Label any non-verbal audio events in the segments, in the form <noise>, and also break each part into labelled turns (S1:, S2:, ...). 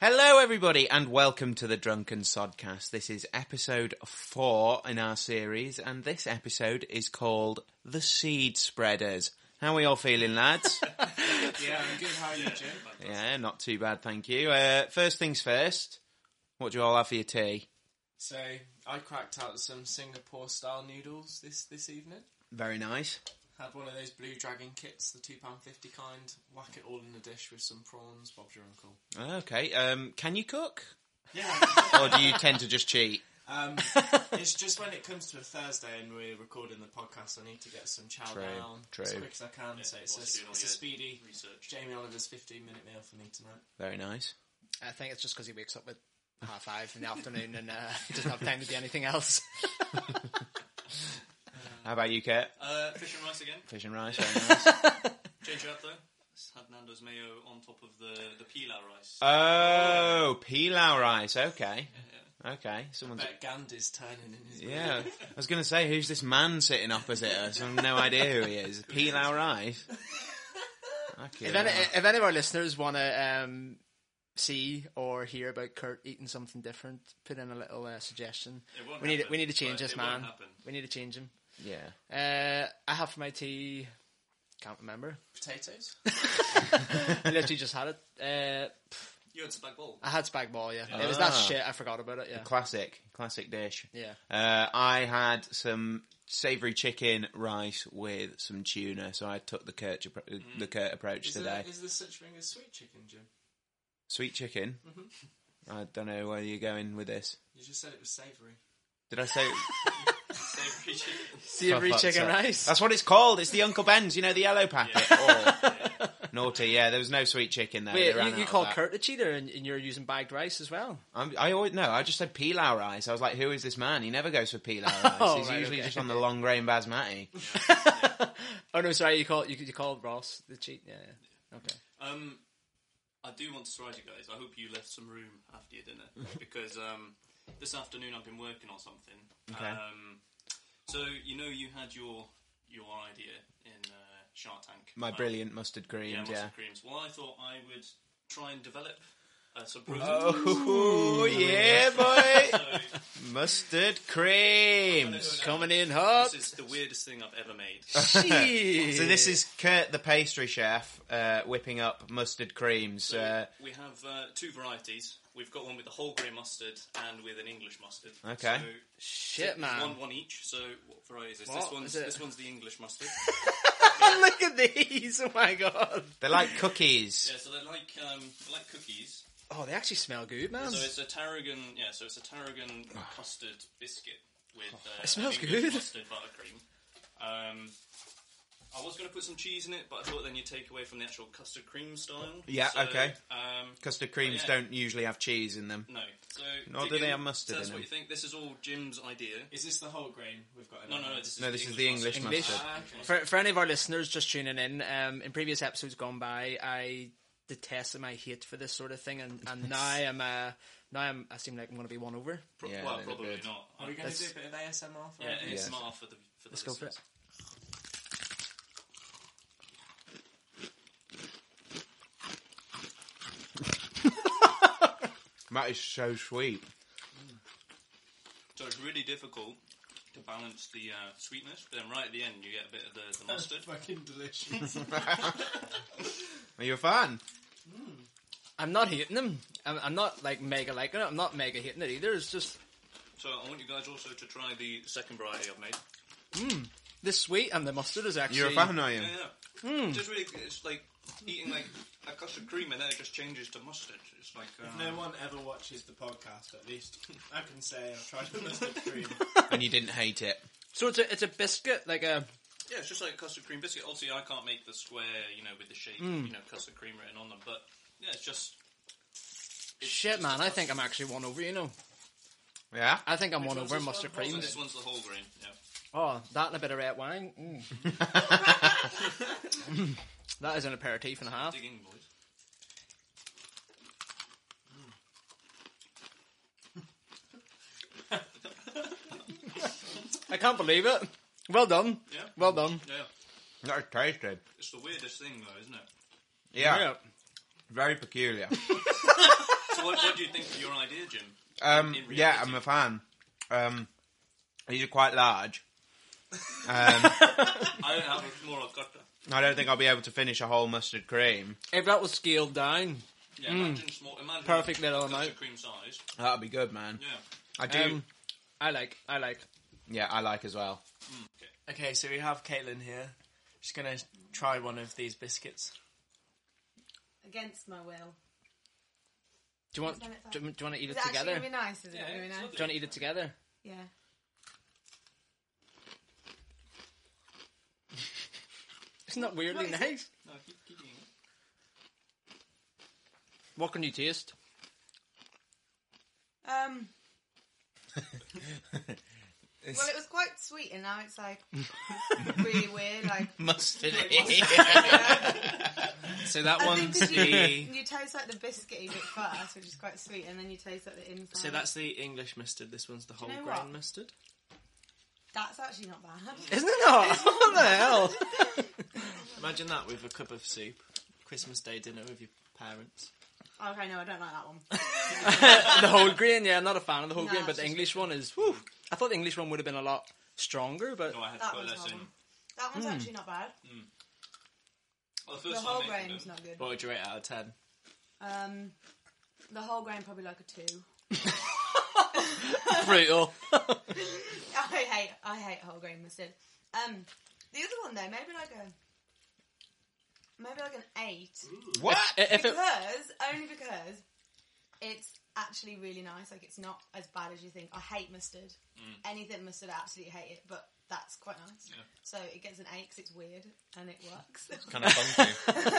S1: Hello, everybody, and welcome to the Drunken Sodcast. This is episode four in our series, and this episode is called The Seed Spreaders. How are we all feeling, <laughs> lads?
S2: Yeah, I'm good. How are you, Jim?
S1: yeah, not too bad, thank you. Uh, first things first, what do you all have for your tea?
S2: So I cracked out some Singapore-style noodles this this evening.
S1: Very nice.
S2: Had one of those Blue Dragon kits, the two pound fifty kind. Whack it all in a dish with some prawns. Bob's your uncle.
S1: Okay, um, can you cook?
S2: Yeah.
S1: Or do <laughs> you tend to just cheat?
S2: um, <laughs> it's just when it comes to a Thursday and we're recording the podcast, I need to get some chow
S1: True,
S2: down as
S1: true.
S2: quick as I can. so it's
S3: whilst
S2: a,
S3: you're doing all
S2: it's a
S3: your
S2: speedy
S3: research.
S2: Jamie Oliver's fifteen minute meal for me tonight.
S1: Very nice.
S4: I think it's just because he wakes up at half five in the afternoon and uh, <laughs> doesn't have time to do anything else.
S1: How about you, Kurt?
S3: Uh, fish and rice again.
S1: Fish and rice, very <laughs> nice.
S3: Change it up though. Let's have Nando's mayo on top of the the pilau rice.
S1: Uh, oh, pilau rice,
S3: <laughs>
S1: okay. Okay, someone's
S2: Bet Gandhi's turning in his
S1: Yeah, I was going to say, who's this man sitting opposite us? I've no idea who he is. Pilau Rice. Okay.
S4: If any, if any of our listeners want to um, see or hear about Kurt eating something different, put in a little uh, suggestion.
S3: It won't
S4: We need
S3: happen,
S4: we need to
S3: but
S4: change this
S3: it won't
S4: man.
S3: happen.
S4: We need to change him.
S1: yeah.
S4: Uh, I have for my tea. Can't remember.
S2: potatoes.
S4: I literally just had it. Uh,
S3: You had spag bol.
S4: I had spag ball. Yeah, it was that
S1: Ah.
S4: shit. I forgot about it. Yeah,
S1: Classic. Classic dish.
S4: yeah.
S1: Uh, I had some savoury chicken rice with some tuna, so I took the Kurt, appro-
S4: Mm-hmm.
S1: the Kurt approach
S2: Is
S1: today.
S2: there, is there such thing as sweet chicken, Jim?
S1: Sweet chicken.
S4: Mm-hmm.
S1: I don't know where you're going with this.
S2: You just said it was savoury.
S1: Did I say
S3: Savory chicken.
S4: Savory
S1: Fuck, that's
S4: chicken
S1: it.
S4: rice.
S1: That's what it's called. It's the Uncle Ben's, you know, the yellow packet. Oh, Naughty, yeah. There was no sweet chicken there.
S4: Wait,
S1: They ran
S4: you,
S1: out
S4: you
S1: of
S4: called
S1: that.
S4: Kurt a cheater, and, and you're using bagged rice as well.
S1: I'm, I always no. I just said pilau rice. I was like, "Who is this man? He never goes for pilau rice.
S4: Oh,
S1: He's
S4: right,
S1: usually
S4: okay.
S1: just on the long grain basmati."
S4: Oh no, sorry, you called you, you called Ross the cheat. Yeah, yeah. Okay.
S3: Um, I do want to surprise you guys. I hope you left some room after your dinner
S1: <laughs>
S3: because um, this afternoon I've been working on something.
S1: Okay.
S3: Um, so you know you had your your idea in uh, Shark Tank.
S1: My
S3: about-
S1: brilliant mustard
S3: Yeah,
S1: cream,
S3: mustard
S1: yeah.
S3: creams. Well, I thought I would try and develop uh, some protein.
S1: Oh yeah, boy!
S3: <laughs> So,
S1: mustard creams.
S4: Coming in hot.
S1: <laughs>
S3: This is the weirdest thing I've ever made.
S1: So
S4: so
S1: this is Kurt, the pastry chef, uh, whipping up mustard creams.
S3: So
S1: Uh,
S3: we have uh, two varieties. We've got one with a whole grain mustard and with an English mustard.
S1: Okay.
S3: So
S4: shit, man. <laughs>
S3: one one each. So what variety is this?
S4: What
S3: This one's
S4: is it?
S3: this one's the
S4: <laughs>
S3: English mustard.
S4: Look at these. Oh my god.
S1: they're like cookies.
S3: yeah, so they're like um, they're like cookies.
S4: Oh, they actually smell good, man.
S3: So it's a tarragon. Yeah, so it's a tarragon
S1: Ah.
S3: custard biscuit
S1: Oh,
S3: with uh,
S4: It smells
S3: an English
S4: good.
S3: mustard buttercream. Um, I was going to put some cheese in it, but I thought then you take away from the actual custard cream style.
S1: Yeah,
S3: So,
S1: okay.
S3: Um,
S1: Custard creams
S3: Yeah.
S1: don't usually have cheese in them.
S3: no. So
S1: Nor do
S3: dig
S1: they
S3: in,
S1: have mustard
S3: Tell us
S1: in
S3: what
S1: them.
S3: you think. This is all Jim's idea.
S2: Is this the whole grain we've got? in
S3: No,
S2: our
S3: no, no.
S2: hands?
S3: This is
S1: No,
S3: the
S1: this is
S3: English
S1: the English
S3: mustard.
S4: English.
S1: mustard.
S2: Ah, okay.
S4: For for any of our listeners just tuning in, um, in previous episodes gone by, I detested my hate for this sort of thing, and, <laughs> and now I'm uh, now I'm, I seem like I'm going to be won over.
S3: Pro-
S1: Yeah,
S3: well,
S1: they're
S3: probably
S1: good.
S3: not.
S2: Are we going to do a bit of ASMR for
S3: yeah,
S2: it?
S3: ASMR for the for the
S4: Let's go for
S3: listeners.
S4: it.
S1: That is so sweet.
S3: So it's really difficult to balance the uh, sweetness, but then right at the end you get a bit of the, the mustard.
S2: Fucking
S3: <laughs>
S2: delicious.
S1: Are you a fan?
S4: I'm not hating them. I'm, I'm not like mega liking it. I'm not mega hating it either. It's just
S3: so I want you guys also to try the second variety I've made.
S4: the sweet and the mustard is actually.
S1: You're a fan, are you?
S3: Yeah, yeah.
S1: Hmm.
S3: Just really, it's like eating like a custard cream, and then it just changes to mustard. It's like uh,
S2: no one ever watches the podcast, at least I can say I've tried the
S3: <laughs>
S2: mustard cream.
S1: And you didn't hate it.
S4: So it's a it's a biscuit like a.
S3: yeah, it's just like a custard cream biscuit. Obviously, I can't make the square, you know, with the shape,
S1: Hmm.
S3: you know, custard cream written on them. But yeah, it's just
S4: Shit, man! I think I'm actually won over. You know,
S1: Yeah.
S4: I think I'm won
S2: one's
S4: over
S2: this
S4: mustard
S2: one?
S3: so
S4: creams.
S3: this one's the whole grain. Yeah.
S4: Oh, that and a bit of red wine. Mm.
S3: <laughs>
S4: that is an aperitif and a half.
S3: Digging boys.
S4: I can't believe it. Well done.
S3: Yeah.
S4: Well done.
S3: Yeah.
S1: That tasted.
S3: It's the weirdest thing, though, isn't it?
S1: Yeah. Very peculiar.
S3: So what, what do you think of your idea, Jim?
S1: Um,
S3: in
S1: yeah,
S3: reality.
S1: I'm a fan. Um, these are quite large. Um,
S3: I don't have a moral gutter.
S1: I don't think I'll be able to finish a whole mustard cream.
S4: If that was scaled down,
S3: Yeah,
S1: Hmm.
S3: imagine small. Imagine
S4: Perfect little
S3: custard
S4: amount.
S3: cream size.
S1: That'd be good, man.
S3: Yeah.
S1: I do.
S4: um, I like, I like.
S1: yeah, I like as well.
S2: Okay, so we have Caitlin here. She's gonna try one of these biscuits.
S5: Against my will.
S4: Do you want?
S5: Is that
S4: Do, you- do you want to eat
S5: Is
S4: it
S5: it actually
S4: together? Do
S5: going to
S4: you
S5: be nice? Is it
S3: Yeah,
S5: going to be
S3: it's
S5: nice?
S3: lovely.
S4: want to eat it together?
S5: Yeah.
S4: Isn't that weirdly
S5: What is it?
S4: nice?
S3: No, keep, keep eating it.
S4: What can you taste?
S2: <laughs>
S5: Um. well, it was quite sweet, and now
S2: <laughs>
S5: it's like really weird.
S4: <laughs>
S5: Like
S1: Mustard.
S4: So that
S5: I think
S4: one's
S5: 'cause you,
S4: the.
S5: you taste like the biscuity bit first, which is quite sweet, and then you taste like the inside.
S2: So that's the English mustard. This one's the whole
S5: know
S2: grain
S5: what?
S2: mustard.
S5: that's actually not bad.
S4: <laughs> Isn't it not? <laughs> What the hell?
S2: Imagine that with a cup of soup, Christmas Day dinner with your parents.
S5: <laughs> okay, no, I don't like that one.
S4: <laughs> the whole grain, yeah, I'm not a fan of the whole
S5: Nah,
S4: grain, but
S5: it's
S4: the
S5: just
S4: English one is. Whew, I thought the English one would have been a lot stronger, but
S3: No, Oh, I had to
S5: That
S3: put
S5: one's
S3: less in.
S5: horrible. That
S2: Hmm.
S5: one's actually not bad.
S3: Well, the
S5: The
S3: first
S5: whole
S3: time making
S5: grain's
S3: them,
S5: not good.
S2: What would you rate out of ten?
S5: Um, the whole grain probably like a two.
S2: <laughs>
S4: brutal.
S5: I hate, I hate whole grain mustard. Um, the other one though, maybe like a, maybe like an eight.
S1: what?
S4: if it,
S5: because only because it's actually really nice. Like it's not as bad as you think. I hate mustard. Anything mustard, I absolutely hate it. But that's quite nice. So it gets an eight 'cause it's weird and it works. <laughs>
S1: kind of funky.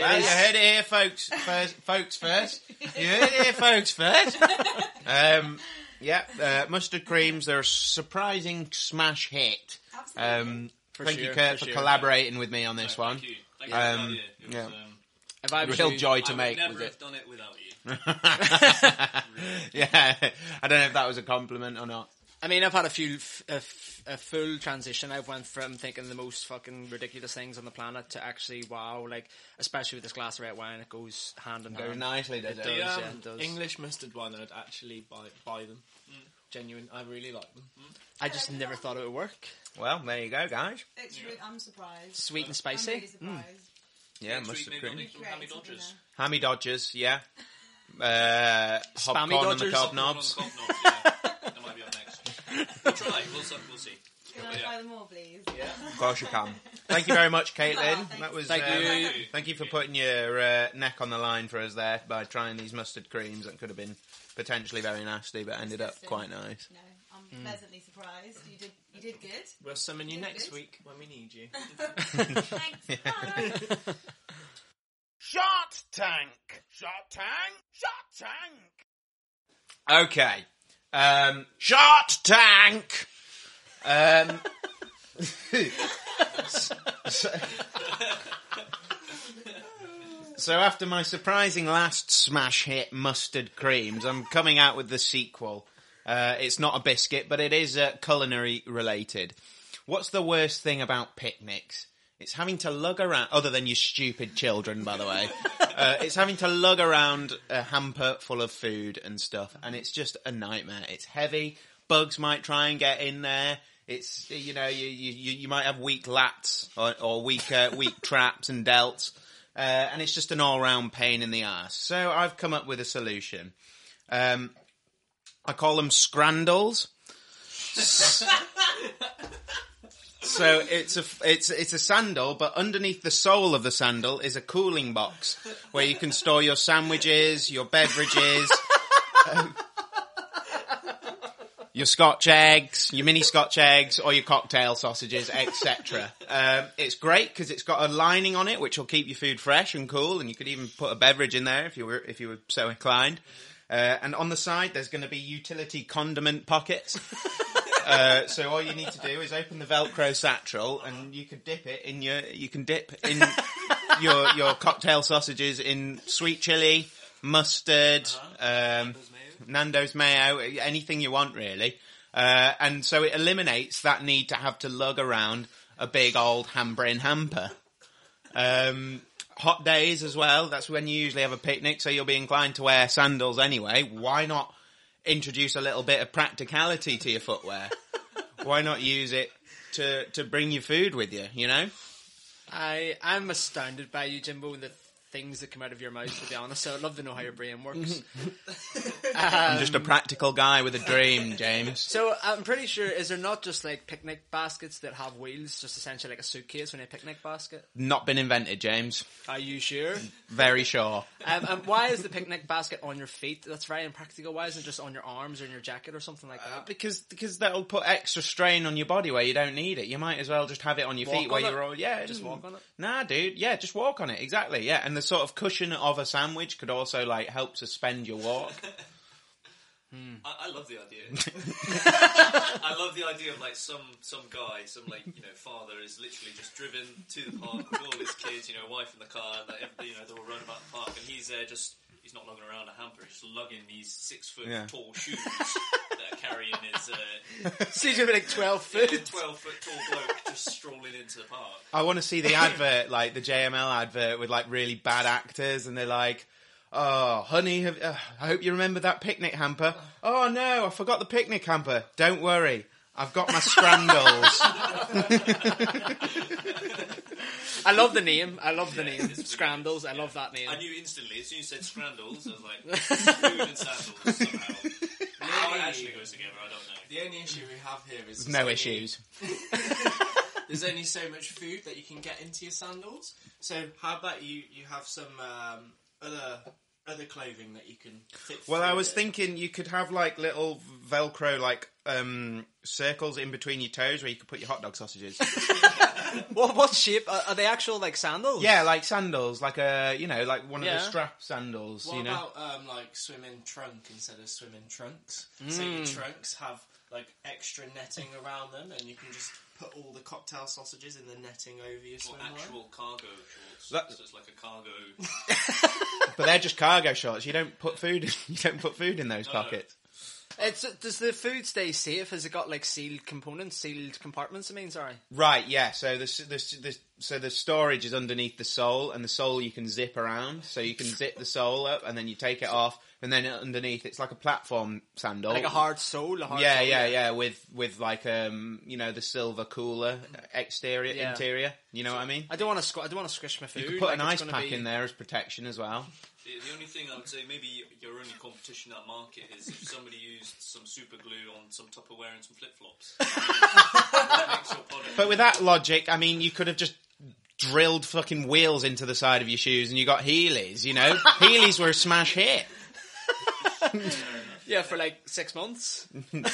S1: well, you heard it here, folks. First, folks first. You heard it here, folks first. Um, yeah, uh, mustard creams. They're a surprising smash hit.
S5: absolutely.
S1: Um,
S4: For
S1: thank you,
S4: sure,
S1: Kurt,
S4: for
S1: for,
S4: sure.
S1: collaborating with me on
S3: No,
S1: this
S3: thank
S1: one.
S3: you. Thank you for the
S1: Um,
S3: idea. It was,
S1: yeah.
S3: um,
S4: if I was
S1: Real
S4: you-
S1: joy
S3: I
S1: to
S3: would
S1: make
S3: never
S1: was
S3: have
S1: it?
S3: done it without you.
S1: <laughs> yeah, I don't know if that was a compliment or not.
S4: I mean, I've had a few, f- a, f- a full transition. I've went from thinking the most fucking ridiculous things on the planet to actually, wow, like, especially with this glass of red wine, it goes hand in
S1: Goes
S4: hand.
S1: nicely, does
S4: It
S1: it?
S4: does.
S2: The
S4: Yeah,
S2: um,
S4: it does.
S2: English mustard one, I'd actually buy buy them.
S3: Mm.
S2: Genuine, I really like them.
S4: I just never thought it would work.
S1: Well, there you go, guys.
S5: it's re- I'm surprised.
S4: Sweet and
S5: I'm really
S4: spicy. Mm.
S5: surprised.
S1: Yeah,
S3: Next week,
S1: mustard
S3: maybe I'll
S1: cream.
S3: do some hammy
S5: Creative
S3: dodgers.
S5: dinner.
S1: Hammy dodgers, yeah. Uh,
S4: Spammy
S1: popcorn on the
S4: dodgers.
S1: cob knobs.
S3: Cob knobs, yeah. That might be
S1: <laughs>
S3: up next. We'll try. We'll, see- we'll see.
S5: Can I
S3: Yeah.
S5: try them all, please?
S1: Of course you can. Thank you very much,
S4: <laughs>
S5: Oh,
S1: Caitlin.
S5: thanks.
S1: that was.
S4: Thank
S1: um,
S4: you.
S3: Thank you.
S1: Thank you for putting your uh, neck on the line for us there by trying these mustard creams that could have been potentially very nasty, but ended up
S5: Disgusting.
S1: quite nice.
S5: No, I'm pleasantly surprised. You did, you did good.
S2: We'll summon you
S5: Yeah,
S2: next
S5: good.
S2: week when we need you.
S5: <laughs> Thanks. Bye.
S1: Shot Tank. Shot Tank. Shot Tank. Okay. Um, Shot Tank. Um. <laughs> so, so after my surprising last smash hit, Mustard Creams, I'm coming out with the sequel. Uh, it's not a biscuit, but it is uh, culinary related. What's the worst thing about picnics? It's having to lug around, other than your stupid children, by the way. uh, it's having to lug around a hamper full of food and stuff, and it's just a nightmare. It's heavy. Bugs might try and get in there. It's you know you you, you you might have weak lats or, or weak uh, weak traps and delts, uh, and it's just an all round pain in the ass. So I've come up with a solution. Um, I call them scrandles. So it's a it's it's a sandal, but underneath the sole of the sandal is a cooling box where you can store your sandwiches, your beverages, <laughs> um, your Scotch eggs, your mini Scotch eggs, or your cocktail sausages, etc. Um, it's great because it's got a lining on it which will keep your food fresh and cool, and you could even put a beverage in there if you were if you were so inclined. Uh, and on the side, there's going to be utility condiment pockets. Uh, so all you need to do is open the Velcro satchel, and you could dip it in your. You can dip <laughs> in your your cocktail sausages in sweet chili, mustard, um, Nando's mayo, anything you want really. Uh, and so it eliminates that need to have to lug around a big old hamper in hamper. Um, hot days as well. That's when you usually have a picnic, so you'll be inclined to wear sandals anyway. Why not introduce a little bit of practicality to your footwear? Why not use it to to bring your food with you? You know.
S4: I I'm astounded by you, Jimbo, and the things that come out of your mouth. To be honest, so I'd love to know how your brain works.
S1: I'm just a practical guy with a dream, James.
S4: so I'm pretty sure is there not just like picnic baskets that have wheels, just essentially like a suitcase when a picnic basket?
S1: Not been invented, James.
S4: Are you sure?
S1: Very sure.
S4: um, and why is the picnic basket on your feet? That's very impractical. Why isn't it just on your arms or in your jacket or something like that?
S1: Uh, Because because that'll put extra strain on your body where you don't need it. You might as well just have it on your
S4: Walk
S1: feet where
S4: on it.
S1: you're all yeah.
S4: Just walk on it.
S1: Nah, dude. Yeah, just walk on it. Exactly. Yeah, and the sort of cushion of a sandwich could also like help suspend your walk.
S3: I, I love the idea. I love the idea of like some some guy, some like you know father is literally just driven to the park with all his kids, you know, wife in the car, and like, everybody, you know, they're all running about the park, and he's there just he's not lugging around a hamper, he's just lugging these six foot
S1: Yeah.
S3: tall shoes that are carrying his
S1: <laughs>
S3: uh,
S4: Seems to be like twelve foot.
S3: twelve foot tall bloke just strolling into the park.
S1: I want to see the advert, like the JML advert with like really bad actors, and they're like, "Oh, honey, have, uh, I hope you remember that picnic hamper." Oh no, I forgot the picnic hamper. Don't worry, I've got my scrandals.
S4: I love the name. I love the name.
S3: it's
S4: Scrandals. I love that name. <laughs>
S3: I knew instantly as soon as you said scrandals, I was like food and sandals somehow. How it actually goes together, I don't know.
S2: The only issue we have here is
S1: no
S2: only-
S1: issues.
S2: There's only so much food that you can get into your sandals. So how about you? You have some um, other other clothing that you can. Fit
S1: Well, I
S2: food
S1: was
S2: in.
S1: thinking you could have like little Velcro like um, circles in between your toes where you could put your hot dog sausages.
S4: What what shape are, are they? Actual like sandals?
S1: yeah, like sandals, like a you know, like one of the
S4: Yeah.
S1: strap sandals.
S2: What
S1: you know,
S2: about um, like swimming trunk instead of swimming trunks? So your
S1: Mm.
S2: trunks have like extra netting around them, and you can just put all the cocktail sausages in the netting over your
S3: Or
S2: swimwear.
S3: actual cargo shorts.
S1: That-
S3: so it's like a cargo
S1: but they're just cargo shorts. You don't put food. you don't put food in <laughs> those
S3: no.
S1: pockets.
S4: It's does the food stay safe? Has it got like sealed components, sealed compartments? I mean, sorry.
S1: Right, yeah. So the, s- the, s- the so the storage is underneath the sole, and the sole you can zip around. So you can zip the sole up, and then you take it off, and then underneath it's like a platform sandal,
S4: Like a hard sole. A hard
S1: Oh. Yeah,
S4: sole,
S1: yeah, yeah. With with like um, you know, the silver cooler exterior,
S4: Yeah.
S1: interior. You know what I mean?
S4: I don't want to. Squ- I don't want to squish my food.
S1: You could put
S4: like,
S1: an
S4: it's
S1: ice
S4: gonna
S1: pack
S4: be-
S1: in there as protection as well.
S3: The, the only thing I would say, maybe your only competition in that market is if somebody used some super glue on some Tupperware and some flip flops. that makes your product.
S1: But with that logic, I mean, you could have just drilled fucking wheels into the side of your shoes, and you got Heelys. You
S4: <laughs>
S1: know, Heelys were a smash hit.
S4: Yeah, for like six months.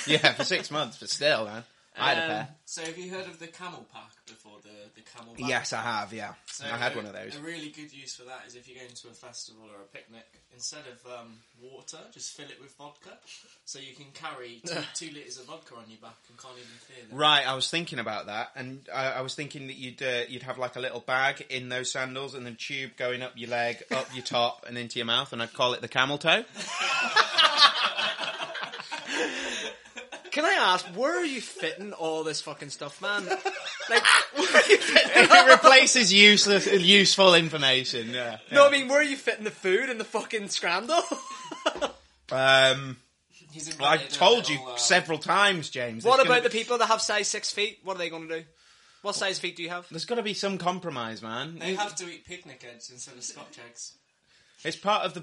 S1: Yeah, for six months, but still, man, I had a
S4: Um,
S1: pair.
S2: So have you heard of the camel pack before? The the camel. Pack?
S1: Yes, I have. Yeah,
S2: So
S1: I had
S2: a-
S1: one of those.
S2: A really good use for that is if you're going to a festival or a picnic, instead of um, water, just fill it with vodka. So you can carry two, two litres of vodka on your back and can't even feel it.
S1: Right, I was thinking about that, and I, I was thinking that you'd uh, you'd have like a little bag in those sandals, and then tube going up your leg, up your top, and into your mouth, and I'd call it the camel
S4: <laughs>
S1: toe.
S4: Can I ask where are you fitting all this fucking stuff,
S1: <laughs>
S4: man? Like, where are you fitting?
S1: it replaces useless, useful information. Yeah.
S4: No, I mean, where are you fitting the food and the fucking scramble? <laughs>
S1: Um,
S2: He's
S1: I
S2: invented a
S1: told you
S2: little, uh,
S1: several times, James.
S4: what
S1: there's
S4: about
S1: gonna
S4: the
S1: be-
S4: people that have size six feet? What are they going to do? What size feet do you have?
S1: There's got to be some compromise, man.
S2: They have to eat picnic eggs instead of scotch eggs.
S1: It's part of the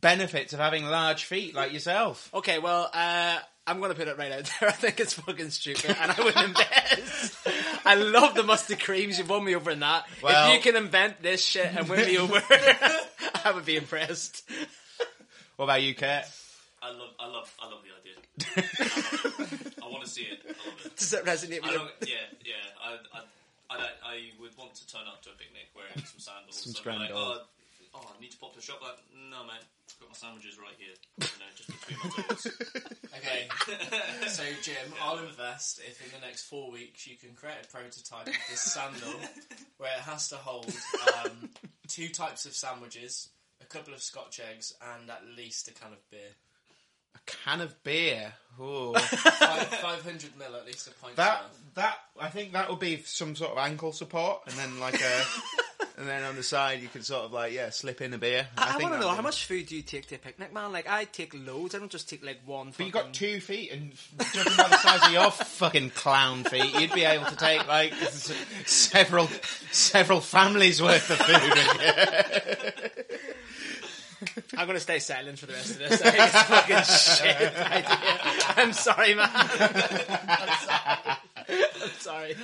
S1: benefits of having large feet like yourself.
S4: Okay, well, uh, I'm going to put it right out there. <laughs> I think it's fucking stupid, and I would invest. I love the mustard creams. You've won me over in that.
S1: Well-
S4: if you can invent this shit and
S1: <laughs>
S4: win me over, <laughs> I would be impressed.
S1: What about you,
S4: <laughs>
S1: Kurt?
S3: I love, I love, I love the idea. I, love it. I want to see it. I love it.
S4: Does that resonate
S3: I
S4: with you?
S3: don't. Yeah, yeah. I, I, I, don't- I would want to turn up to a picnic wearing some sandals.
S1: Some
S3: I'd be like,
S1: scrandals.
S3: oh, oh, I need to pop to the shop. Like, no, mate. I've got my sandwiches right here. You know, just between
S1: <laughs>
S3: my toes.
S2: Okay, so Jim, I'll invest if in the next four weeks you can create a prototype of this sandal where it has to hold um, two types of sandwiches, a couple of scotch eggs, and at least a can of beer.
S1: A can of beer. Ooh.
S2: <laughs> Five, 500 mil, at least a pint.
S1: That
S2: of.
S1: that I think that would be some sort of ankle support, and then like a and then on the side you could sort of like yeah slip in a beer.
S4: I, I,
S1: think
S4: want to
S1: that'd
S4: know
S1: be-
S4: how much food do you take to a picnic, man? Like I take loads. I don't just take like one.
S1: But you got two feet, and judging by the size of your fucking clown feet, you'd be able to take like s- several several families worth of food. With you.
S4: I'm gonna stay silent for the rest of this. I think it's fucking shit
S1: <laughs>
S4: <laughs> idea. I'm sorry, man. I'm sorry.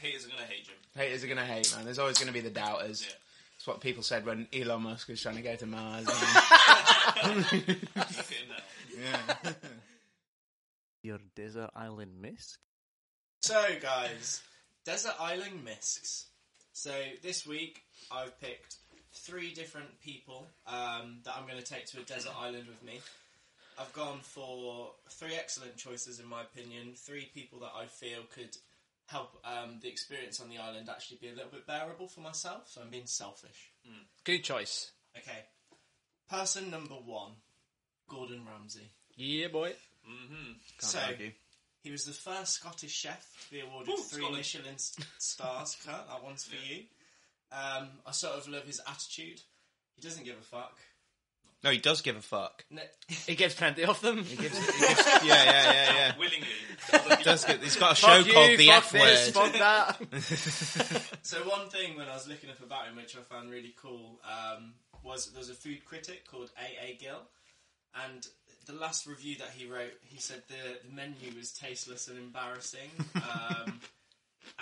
S3: Haters are gonna
S1: <laughs>
S3: hate Jim.
S1: Haters are gonna hate, man. There's always gonna be the doubters.
S3: Yeah.
S1: It's what people said when Elon Musk was trying to go to Mars.
S3: Look at him now.
S6: Your desert island misc?
S2: So, guys, Desert Island Miscs. So, this week I've picked three different people um, that I'm going to take to a desert island with me. I've gone for three excellent choices, in my opinion, three people that I feel could help um, the experience on the island actually be a little bit bearable for myself, so I'm being selfish.
S4: Good choice.
S2: Okay. Person number one Gordon Ramsay.
S4: Yeah, boy.
S2: so, He was the first Scottish chef to be awarded
S3: Ooh,
S2: three
S3: Scotland.
S2: Michelin s- stars. Kurt, that one's for you. Um, I sort of love his attitude. He doesn't give a fuck.
S1: no, he does give a fuck.
S2: No,
S4: He gives plenty of them.
S1: Yeah, yeah, yeah, yeah.
S3: Willingly.
S1: He does get, he's got a show
S4: Fuck you,
S1: called The
S4: fuck
S1: F <laughs>
S4: this,
S1: Word.
S4: Fuck that.
S2: so one thing when I was looking up about him, which I found really cool, um, was there was a food critic called A. A. Gill, and the last review that he wrote, he said the, the menu was tasteless and embarrassing. Um,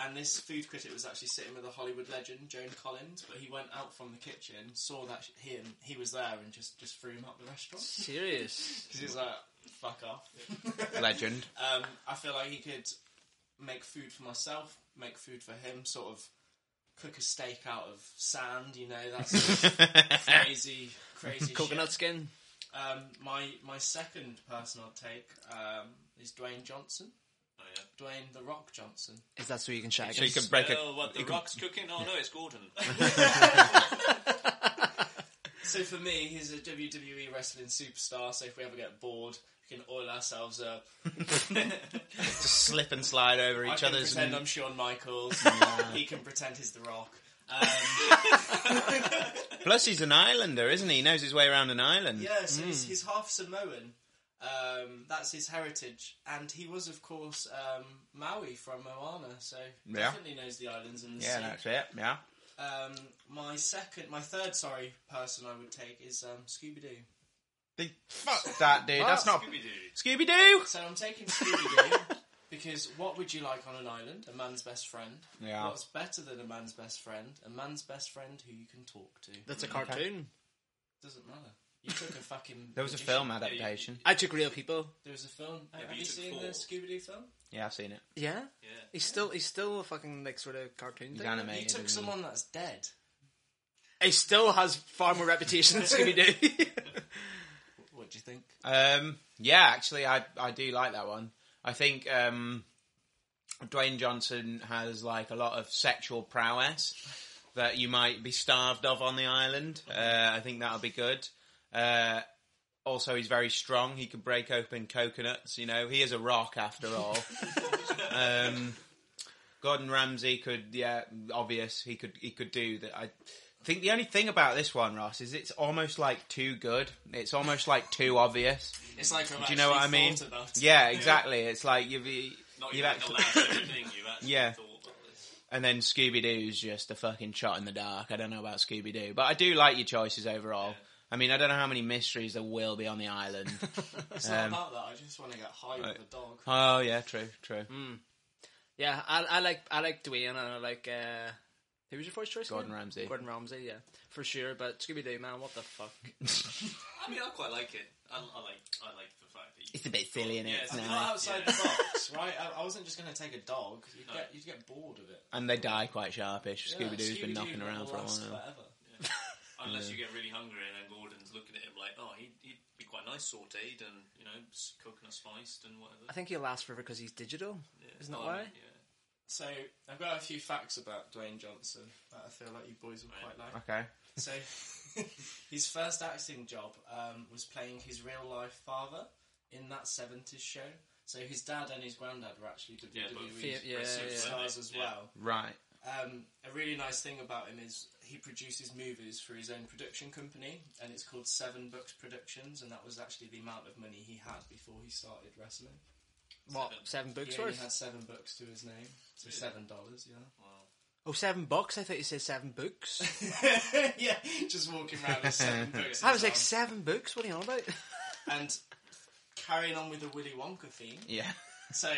S2: and this food critic was actually sitting with a Hollywood legend, Joan Collins, but he went out from the kitchen, saw that sh- him, he was there, and just just threw him out the restaurant
S4: Serious.
S2: because he was like, "Fuck off."
S1: Legend.
S2: um, I feel like he could make food for myself, make food for him, sort of cook a steak out of sand, you know, that sort of crazy, crazy
S4: Coconut
S2: shit.
S4: skin.
S2: Um, my my second person I'll take um, is Dwayne Johnson,
S3: Oh, yeah.
S2: Dwayne the Rock Johnson.
S4: Is that so you can shag?
S1: So you
S4: us?
S1: can break a.
S3: Oh, what, the rock's cooking? Oh, no,
S4: <laughs>
S3: it's Gordon.
S2: So for me, he's a WWE wrestling superstar. So if we ever get bored, we can oil ourselves up.
S1: Just slip and slide over
S2: I
S1: each
S2: can
S1: other's.
S2: pretend I'm Shawn Michaels. he can pretend he's the Rock. Um, <laughs>
S1: Plus, he's an islander, isn't he? He knows his way around an island.
S2: Yeah, so he's, he's half Samoan. Um, that's his heritage, and he was, of course, um, Maui from Moana, so
S1: Yeah.
S2: definitely knows the islands and the
S1: Yeah,
S2: sea.
S1: that's it. Yeah.
S2: Um, my second, my third, sorry, person I would take is um, Scooby Doo.
S1: The, fuck that, dude. That's not
S3: Scooby-Doo.
S1: Scooby Doo.
S2: So I'm taking
S1: <laughs>
S2: Scooby Doo because what would you like on an island? A man's best friend.
S1: Yeah.
S2: What's better than a man's best friend? A man's best friend who you can talk to.
S4: That's a cartoon.
S2: Doesn't matter. You took a fucking.
S1: <laughs> There was a
S2: magician.
S1: film adaptation.
S4: I took real people.
S2: There was a film.
S3: but
S2: Have
S3: you
S2: you
S3: took
S2: seen
S3: four.
S2: the Scooby Doo film?
S1: Yeah, I've seen it.
S4: Yeah.
S3: Yeah.
S4: He's still he's still a fucking like sort of cartoon.
S1: He's
S4: Thing.
S1: animated.
S2: You took
S1: isn't he?
S2: someone that's dead.
S4: He still has far more reputation than Scooby Doo.
S2: What do you think?
S1: Um, yeah, actually, I I do like that one. I think um, Dwayne Johnson has like a lot of sexual prowess that you might be starved of on the island. Uh, I think that'll be good. Uh, also, he's very strong. He could break open coconuts. You know, he is a rock after
S2: <laughs>
S1: all. um, Gordon Ramsay could, yeah, obvious. He could, he could do that. I think the only thing about this one, Ross, is it's almost like too good. It's almost like too obvious.
S2: It's like
S1: Do you know what I mean? Yeah, exactly. It's like you've e-,
S3: Not
S1: you've
S3: even like the
S1: actually,
S3: last thing you've actually
S1: Yeah.
S3: thought about this.
S1: and then Scooby Doo's just a fucking shot in the dark. I don't know about Scooby Doo, but I do like your choices overall. I mean, I don't know how many mysteries there will be on the island.
S2: <laughs> It's not
S1: Um,
S2: about that. I just want to get high with a dog.
S1: <laughs> oh yeah, true, <laughs> true.
S4: yeah, I, I like I like Dwayne and I like uh, who was your first choice?
S1: Gordon
S4: again?
S1: Ramsay.
S4: Gordon Ramsay, yeah, for sure. But Scooby Doo, man, what the fuck?
S3: I mean, I quite like it. I, I like I like the fact that you...
S1: It's a bit silly, and
S3: Yeah,
S1: it's
S3: it's
S2: It's
S1: nice.
S2: Not outside
S3: Yeah.
S2: the box, right? I, I wasn't just going to take a dog. You'd get, you'd get bored of it.
S1: And they die quite sharpish. Scooby Doo's
S2: Scooby-Doo
S1: been knocking
S2: will
S1: around for a
S2: last
S1: while.
S2: forever.
S3: Unless you get really hungry and then Gordon's looking at him like, oh, he'd, he'd be quite nice sautéed and, you know, s- coconut spiced and
S4: I
S3: whatever.
S4: think he'll last forever because he's digital.
S3: Yeah.
S4: Isn't that
S3: Oh,
S4: why?
S3: Yeah.
S2: So I've got a few facts about Dwayne Johnson that I feel like you boys will quite like.
S1: Okay.
S2: So <laughs> his first acting job um, was playing his real life father in that seventies show. So his dad and his granddad were actually WWE
S4: Yeah, yeah,
S2: wrestling
S4: yeah.
S2: stars as
S3: Yeah.
S2: well.
S1: Right.
S2: Um, a really nice thing about him is he produces movies for his own production company, and it's called Seven Bucks Productions, and that was actually the amount of money he had before he started wrestling.
S4: What seven books
S2: he only
S4: worth?
S2: had seven bucks to his name, so seven dollars, yeah. <laughs>
S4: Oh, seven bucks. I thought you said seven books.
S2: yeah, just walking around with
S4: <laughs>
S2: seven bucks. in
S4: I
S2: his
S4: was like
S2: arm.
S4: seven books. What are you on about?
S2: and carrying on with the Willy Wonka theme.
S1: Yeah.
S2: So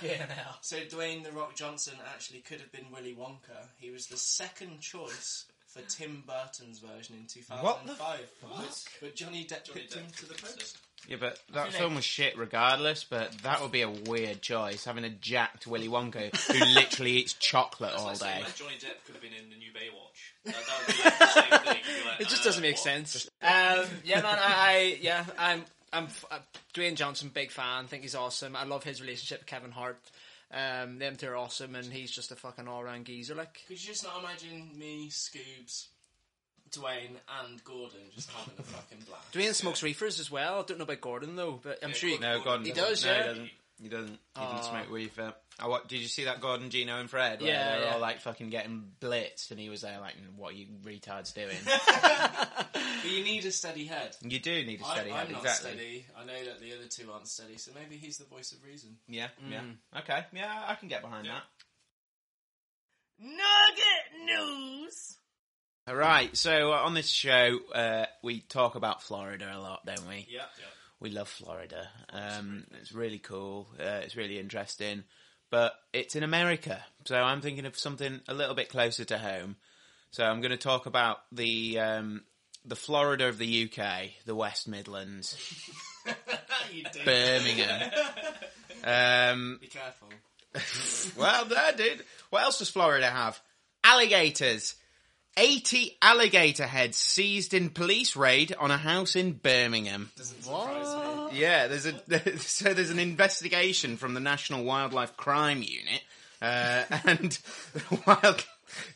S2: yeah, so Dwayne the Rock Johnson actually could have been Willy Wonka. He was the second choice for Tim Burton's version in 2005. But Johnny Depp picked him to the post.
S1: Yeah, but that film was shit regardless, but that would be a weird choice, having a jacked Willy Wonka
S4: <laughs>
S1: who literally eats chocolate all
S3: Like saying,
S1: day.
S3: like, Johnny Depp could have been in the new Baywatch. That, that
S4: <laughs>
S3: would be like the same thing. You'd be like,
S4: It just
S3: uh,
S4: doesn't make
S3: what?
S4: sense. Um, yeah, man. I, I yeah, I'm I'm f- uh, Dwayne Johnson, big fan. Think he's awesome. I love his relationship with Kevin Hart. Um, them two are awesome, and he's just a fucking all round geezer. Like,
S2: Could you just not imagine me, Scoobs, Dwayne, and Gordon just having a fucking blast?
S4: Dwayne smokes reefers as well. I don't know about Gordon though, but I'm
S3: Yeah,
S4: sure he,
S3: Gordon-
S1: No, Gordon
S4: He
S1: doesn't.
S4: does,
S1: no,
S4: yeah.
S1: he doesn't. He doesn't. He
S4: Aw.
S1: doesn't smoke weed. uh, I what? Did you see that Gordon, Gino, and Fred? Where
S4: Yeah,
S1: they're
S4: yeah.
S1: all like fucking getting blitzed, and he was there like, "Mm, "What are you retards
S4: <laughs>
S1: doing?"
S2: But you need a steady head.
S1: you do need a
S2: I,
S1: steady
S2: I'm
S1: head,
S2: not
S1: exactly.
S2: steady. I know that the other two aren't steady, so maybe he's the voice of reason.
S1: Yeah, yeah. Okay, Mm. yeah, I can get behind that.
S5: Nugget news.
S1: All right, so uh, on this show, uh, we talk about Florida a lot, don't we?
S2: Yeah.
S1: We love Florida. Um, it's really cool. Uh, it's really interesting. But it's in America. So I'm thinking of something a little bit closer to home. So I'm going to talk about the, um, the Florida of the UK, the West <laughs> Midlands,
S2: you
S1: <laughs>
S2: do.
S1: Birmingham. um,
S2: Be careful.
S1: well, there, dude. What else does Florida have? Alligators. 80 alligator heads seized in police raid on a house in Birmingham.
S2: Doesn't surprise me.
S1: Yeah, there's a <laughs> so there's an investigation from the National Wildlife Crime Unit, uh, <laughs> and the wild,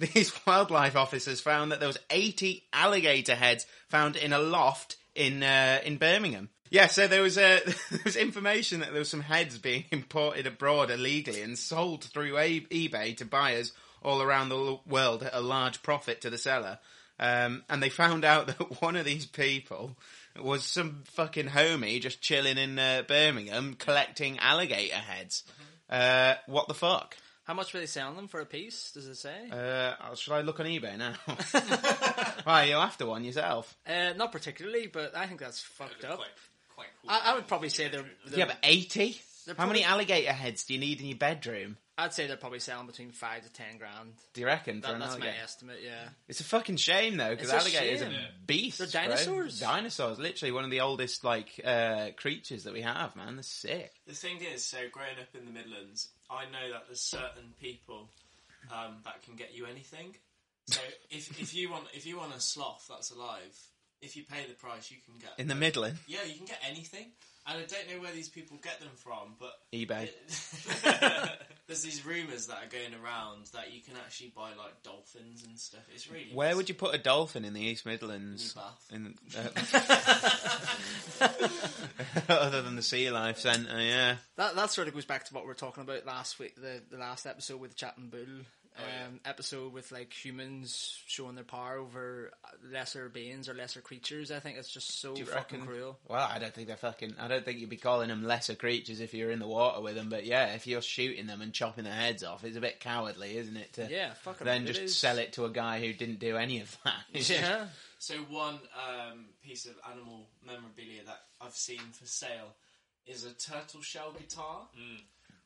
S1: these wildlife officers found that there was 80 alligator heads found in a loft in uh, in Birmingham. Yeah, so there was uh, <laughs> there was information that there was some heads being <laughs> imported abroad illegally and sold through a- eBay to buyers all around the l- world at a large profit to the seller. Um, and they found <laughs> out that one of these people was some fucking homie just chilling in uh, Birmingham collecting alligator heads. Uh, what the fuck?
S4: how much were they selling them for a piece? Does it say? Uh,
S1: Uh, oh, should I look on eBay now? <laughs>
S4: <laughs>
S1: Why, you'll have to one yourself.
S4: Uh, not particularly, but I think that's fucked
S3: Quite,
S4: up.
S3: quite cool.
S4: I, I would probably say they're, they're
S1: Yeah, but 80?
S4: They're
S1: How many
S4: probably-
S1: alligator heads do you need in your bedroom?
S4: I'd say they're probably selling between five to ten grand.
S1: Do you reckon? for
S4: That,
S1: an
S4: that's my
S1: alligator?
S4: estimate. Yeah.
S1: It's a fucking shame though, because
S4: It's a
S1: alligators
S4: shame.
S1: are beasts.
S4: They're
S1: bro.
S4: dinosaurs.
S1: Dinosaurs, literally one of the oldest like uh, creatures that we have, man. They're sick.
S2: The thing is, so growing up in the Midlands, I know that there's certain people um, that can get you anything. So if, if you want if you want a sloth that's alive, if you pay the price, you can get
S1: In the Midland,
S2: yeah you can get anything. And I don't know where these people get them from,
S1: <laughs>
S2: but
S1: eBay.
S2: there's these rumours that are going around that you can actually buy like dolphins and stuff. It's really
S1: Where would you put a dolphin in the East Midlands?
S2: Bath.
S1: In, uh,
S4: <laughs>
S1: <laughs> other than the Sea Life Centre, yeah.
S4: That that sort of goes back to what we were talking about last week, the, the last episode with the Chatham Bull um, episode with like humans showing their power over lesser beings or lesser creatures. I think it's just so
S1: you
S4: fucking
S1: reckon-
S4: cruel.
S1: Well, I don't think they're fucking. I don't think you'd be calling them lesser creatures if you're in the water with them. But yeah, if you're shooting them and chopping their heads off, it's a bit cowardly, isn't it? To
S4: Yeah, fucking
S1: then
S4: right,
S1: just
S4: it is.
S1: sell it to a guy who didn't do any of that. It's just-
S4: <laughs> Yeah,
S2: So one um, piece of animal memorabilia that I've seen for sale is a turtle shell guitar,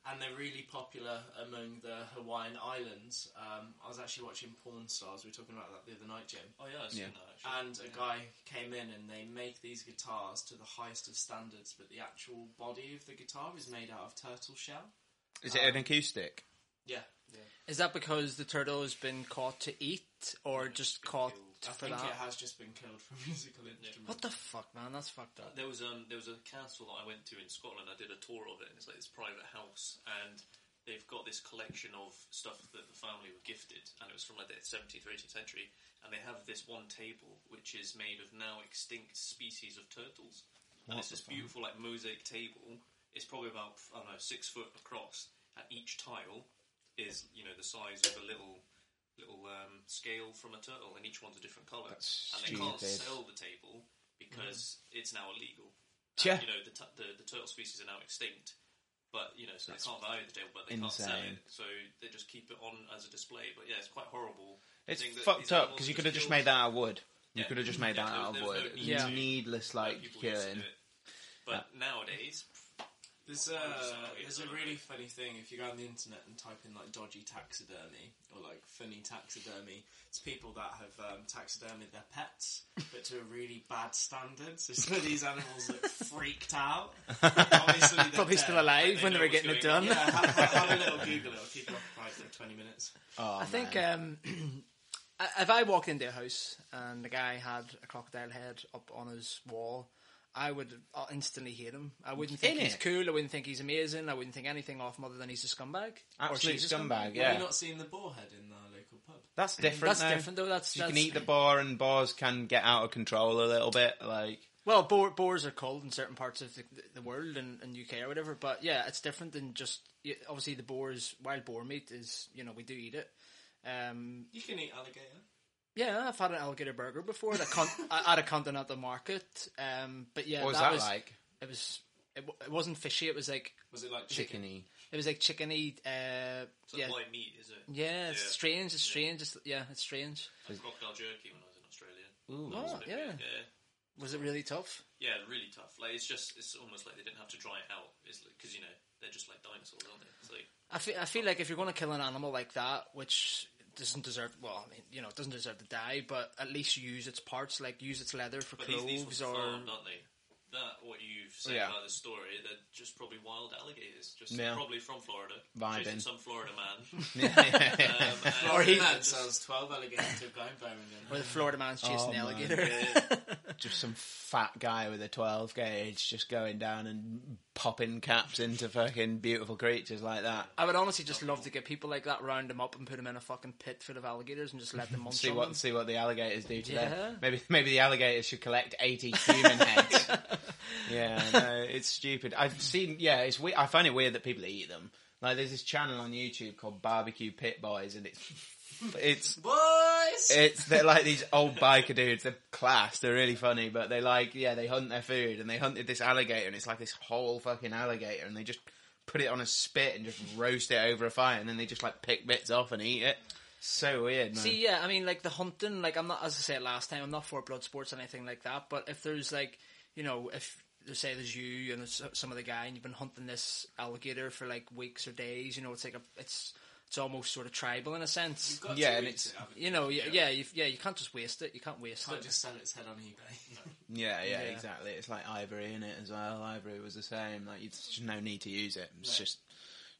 S2: and they're really popular among the Hawaiian Islands. Um, I was actually watching Porn Stars. We were talking about that the other night, Jim.
S3: Oh yeah, I've seen
S1: Yeah.
S4: Uh,
S3: that. Actually.
S2: And a guy came in and they make these guitars to the highest of standards, but the actual body of the guitar is made out of turtle shell.
S1: <laughs> Is it an acoustic?
S2: Yeah, yeah.
S4: is that because the turtle has been caught to eat or just caught
S2: I
S4: for
S2: think it
S4: that?
S2: has just been killed for <laughs> musical instruments.
S4: What the fuck, man? That's fucked up.
S3: There was um there was a castle that I went to in Scotland. I did a tour of it. and It's like this private house, and they've got this collection of stuff that the family were gifted, and it was from like the 17th or 18th century. And they have this one table which is made of now extinct species of turtles, and it's this beautiful like mosaic table. It's probably about I don't know six foot across, and each tile is you know the size of a little little um, scale from a turtle, and each one's a different colour.
S1: That's
S3: and they can't
S1: stupid. Mm.
S3: sell the table because it's now illegal.
S1: Yeah.
S3: And, you know, the, tu- the the turtle species are now extinct, but you know, so they can't value the table, but they can't sell
S1: insane.
S3: it, so they just keep it on as a display. But yeah, it's quite horrible. to
S1: It's
S3: think that
S1: fucked
S3: these
S1: up
S3: animals
S1: because you
S3: are
S1: could have just
S3: killed.
S1: made that out of wood. You
S3: Yeah.
S1: could have just made
S3: Yeah,
S1: that
S3: there-
S1: out of wood.
S3: there's no need
S1: It's
S4: to-
S1: Needless, like
S3: people used to
S1: killing.
S3: do it. <laughs> But nowadays,
S2: There's a there's a really funny thing if you go on the internet and type in like dodgy taxidermy or like funny taxidermy. It's people that have um, taxidermied their pets, but to a really bad standard. So some of these animals look freaked out.
S4: <laughs>
S2: Obviously, they're
S4: Probably
S2: dead.
S4: still alive
S3: They
S4: when
S3: know
S4: they were
S3: what's
S4: getting it
S3: going on.
S2: Yeah,
S4: done.
S2: have, have a
S4: <laughs>
S2: little Google. It'll keep you occupied for 20 minutes.
S1: <laughs> Oh,
S4: I think um, <clears throat> I- if I walked into a house and the guy had a crocodile head up on his wall, I would uh, instantly hate him. I wouldn't think he's
S1: Innit?
S4: cool. I wouldn't think he's amazing. I wouldn't think anything of him other than he's a scumbag. Or
S1: absolute
S4: she's a
S1: scumbag.
S2: Have you
S1: Yeah,
S2: not seen the boar head in our local pub?
S1: that's different.
S4: That's
S1: though.
S4: different though. That's,
S1: You
S4: that's
S1: can eat the bar, and bars can get out of control a little bit. Like
S4: well. Boar, boars are called in certain parts of the, the world and, and UK or whatever. But yeah, it's different than just y- obviously the boars. Wild boar meat is you know we do eat it. Um,
S2: You can eat alligator.
S4: Yeah, I've had an alligator burger before at a, con- <laughs> at a continental market. Um, but yeah,
S1: what was
S4: that,
S1: that,
S4: was
S1: like?
S4: it was it, w- it wasn't fishy. It was like
S2: Was it like chicken?
S1: Chickeny.
S4: it was like chickeny. Uh,
S3: it's
S4: yeah,
S3: not white meat, is it?
S4: yeah, it's
S3: Yeah.
S4: strange. It's strange. It's, yeah, it's strange.
S3: I had crocodile jerky when I was in Australia.
S1: Ooh.
S4: Oh,
S3: Bit
S4: yeah.
S3: weird, yeah.
S4: Was it really tough?
S3: Yeah, really tough. Like it's just, it's almost like they didn't have to dry it out, because you know they're just like dinosaurs, aren't they? So
S4: I feel I feel like if you're going to kill an animal like that, which doesn't deserve well, I mean, you know, it doesn't deserve to die, but at least use its parts, like use its leather for
S3: But
S4: clothes
S3: these, these were
S4: or
S3: farmed, aren't they? That what you've said
S1: Yeah.
S3: about the story, they're just probably wild alligators, just
S1: Yeah.
S3: probably from Florida,
S1: Vibing.
S3: chasing some Florida man.
S1: Yeah.
S3: Um, and-
S2: Or
S4: he-
S2: man sells 12 alligators to a guy in Birmingham.
S4: or the Florida man's chasing
S1: Oh,
S4: an
S1: man.
S4: alligator.
S1: just some fat guy with a 12 gauge just going down and popping caps into fucking beautiful creatures like that.
S4: <laughs> I would honestly just love to get people like that, round them up and put them in a fucking pit full of alligators and just let them
S1: <laughs>
S4: munch
S1: See
S4: on
S1: what
S4: them.
S1: see what the alligators do to
S4: Yeah.
S1: them. Maybe maybe the alligators should collect eighty human
S4: <laughs>
S1: heads. yeah, no, it's stupid. I've seen. Yeah, it's we I find it weird that people eat them. Like there's this channel on YouTube called Barbecue Pit Boys, and it's it's
S2: Boys!
S1: It's they're like these old biker dudes. They're class. They're really funny, but they like yeah they hunt their food and they hunted this alligator and it's like this whole fucking alligator and they just put it on a spit and just roast it over a fire and then they just like pick bits off and eat it. So weird, man.
S4: See, yeah, I mean, like the hunting, like I'm not, as I said last time, I'm not for blood sports or anything like that. But if there's like, you know, if there's- say there's you and there's some other guy, and you've been hunting this alligator for like weeks or days, you know, it's like a, it's, it's almost sort of tribal in a sense.
S2: You've got to
S1: Yeah, and
S2: eat
S1: it's-
S2: it, haven't you?
S4: You know, yeah, yeah, you've, yeah, you can't just waste it. You can't waste
S2: Can't
S4: it.
S2: just sell its head on eBay.
S1: yeah, yeah,
S4: Yeah.
S1: exactly. It's like ivory in it as well. Ivory was the same. Like it's just no need to use it. It's
S2: Right.
S1: just.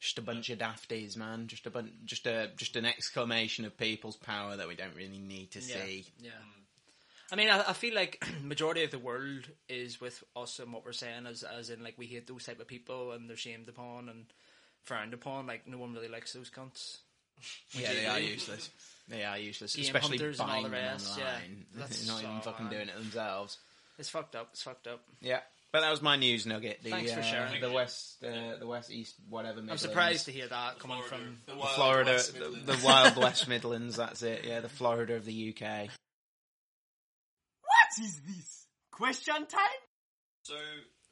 S1: Just a bunch of dafties, man. Just a bunch, just a, just an exclamation of people's power that we don't really need to see.
S4: Yeah.
S2: Mm.
S4: I mean, I, I feel like <clears throat> majority of the world is with us and what we're saying, as as in like we hate those type of people and they're shamed upon and frowned upon. Like no one really likes those cunts.
S1: Yeah, they
S4: do.
S1: are useless. They are useless,
S4: Game
S1: especially
S4: hunters and all
S1: buying
S4: the
S1: them
S4: rest, yeah.
S1: online. <laughs>
S4: That's
S1: They're not even
S4: so
S1: fucking
S4: annoying.
S1: doing it themselves.
S4: It's fucked up. It's fucked up.
S1: Yeah, but that was my news nugget. The,
S4: Thanks for
S1: uh,
S4: sharing.
S1: The west, uh, the west, east, whatever.
S4: I'm
S1: Midlands.
S4: surprised to hear that coming
S3: Florida.
S4: from.
S2: The
S1: The
S2: Wild
S1: Florida,
S2: West Midlands.
S1: the, the
S4: <laughs>
S1: wild west Midlands. That's it. Yeah, the Florida of the UK.
S7: What is this? Question time?
S3: So,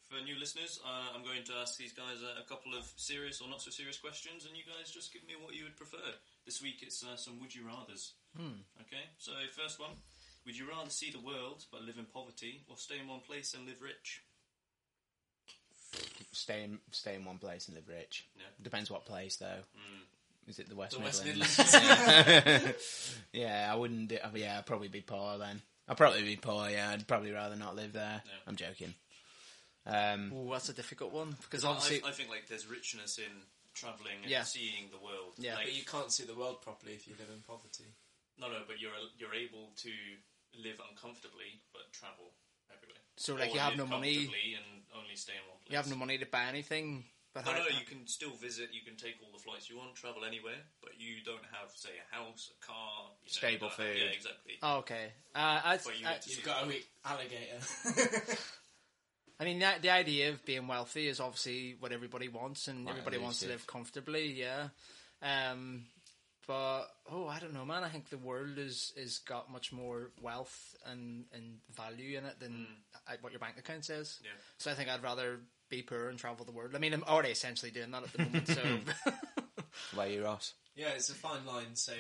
S3: for new listeners, uh, I'm going to ask these guys uh, a couple of serious or not so serious questions, and you guys just give me what you would prefer. This week it's uh, some would you rather's.
S4: Hmm.
S3: Okay, so first one Would you rather see the world but live in poverty, or stay in one place and live rich?
S1: Stay in, stay in one place and live rich.
S3: Yeah.
S1: Depends what place though. Is it the West
S2: The West
S1: Midlands?
S2: Midlands.
S1: <laughs> yeah, I wouldn't. Do, yeah, I'd probably be poor then. I'd probably be poor. Yeah, I'd probably rather not live there.
S3: Yeah.
S1: I'm joking. Um,
S4: Oh, that's a difficult one because obviously,
S3: I, I think like there's richness in travelling and
S4: Yeah.
S3: seeing the world.
S4: Yeah.
S3: Like,
S2: but you can't see the world properly if you live in poverty.
S3: No, no, but you're you're able to live uncomfortably but travel everywhere.
S4: So, like,
S3: Or
S4: you have
S3: live
S4: no money-
S3: comfortably and only stay in one place.
S4: you have no money to buy anything. But
S3: Oh, No,
S4: how,
S3: no, you can still visit. You can take all the flights you want, travel anywhere, but you don't have, say, a house, a car, you know,
S1: Stable
S3: you don't have-
S1: food.
S3: Yeah, exactly.
S4: oh, okay. Uh, I,
S3: But you
S4: I,
S3: get to
S2: You've
S3: see
S2: got to
S3: the-
S2: eat alligator.
S4: I mean, the, the idea of being wealthy is obviously what everybody wants, and everybody wants to
S1: elusive.
S4: live comfortably. Yeah. Um, But oh, I don't know, man. I think the world is is got much more wealth and and value in it than I- what your bank account says.
S3: Hmm. Yeah.
S4: So I think I'd rather be poor and travel the world. I mean, I'm already essentially doing that at the moment. So
S1: Where you, Ross?
S2: Yeah, it's a fine line. So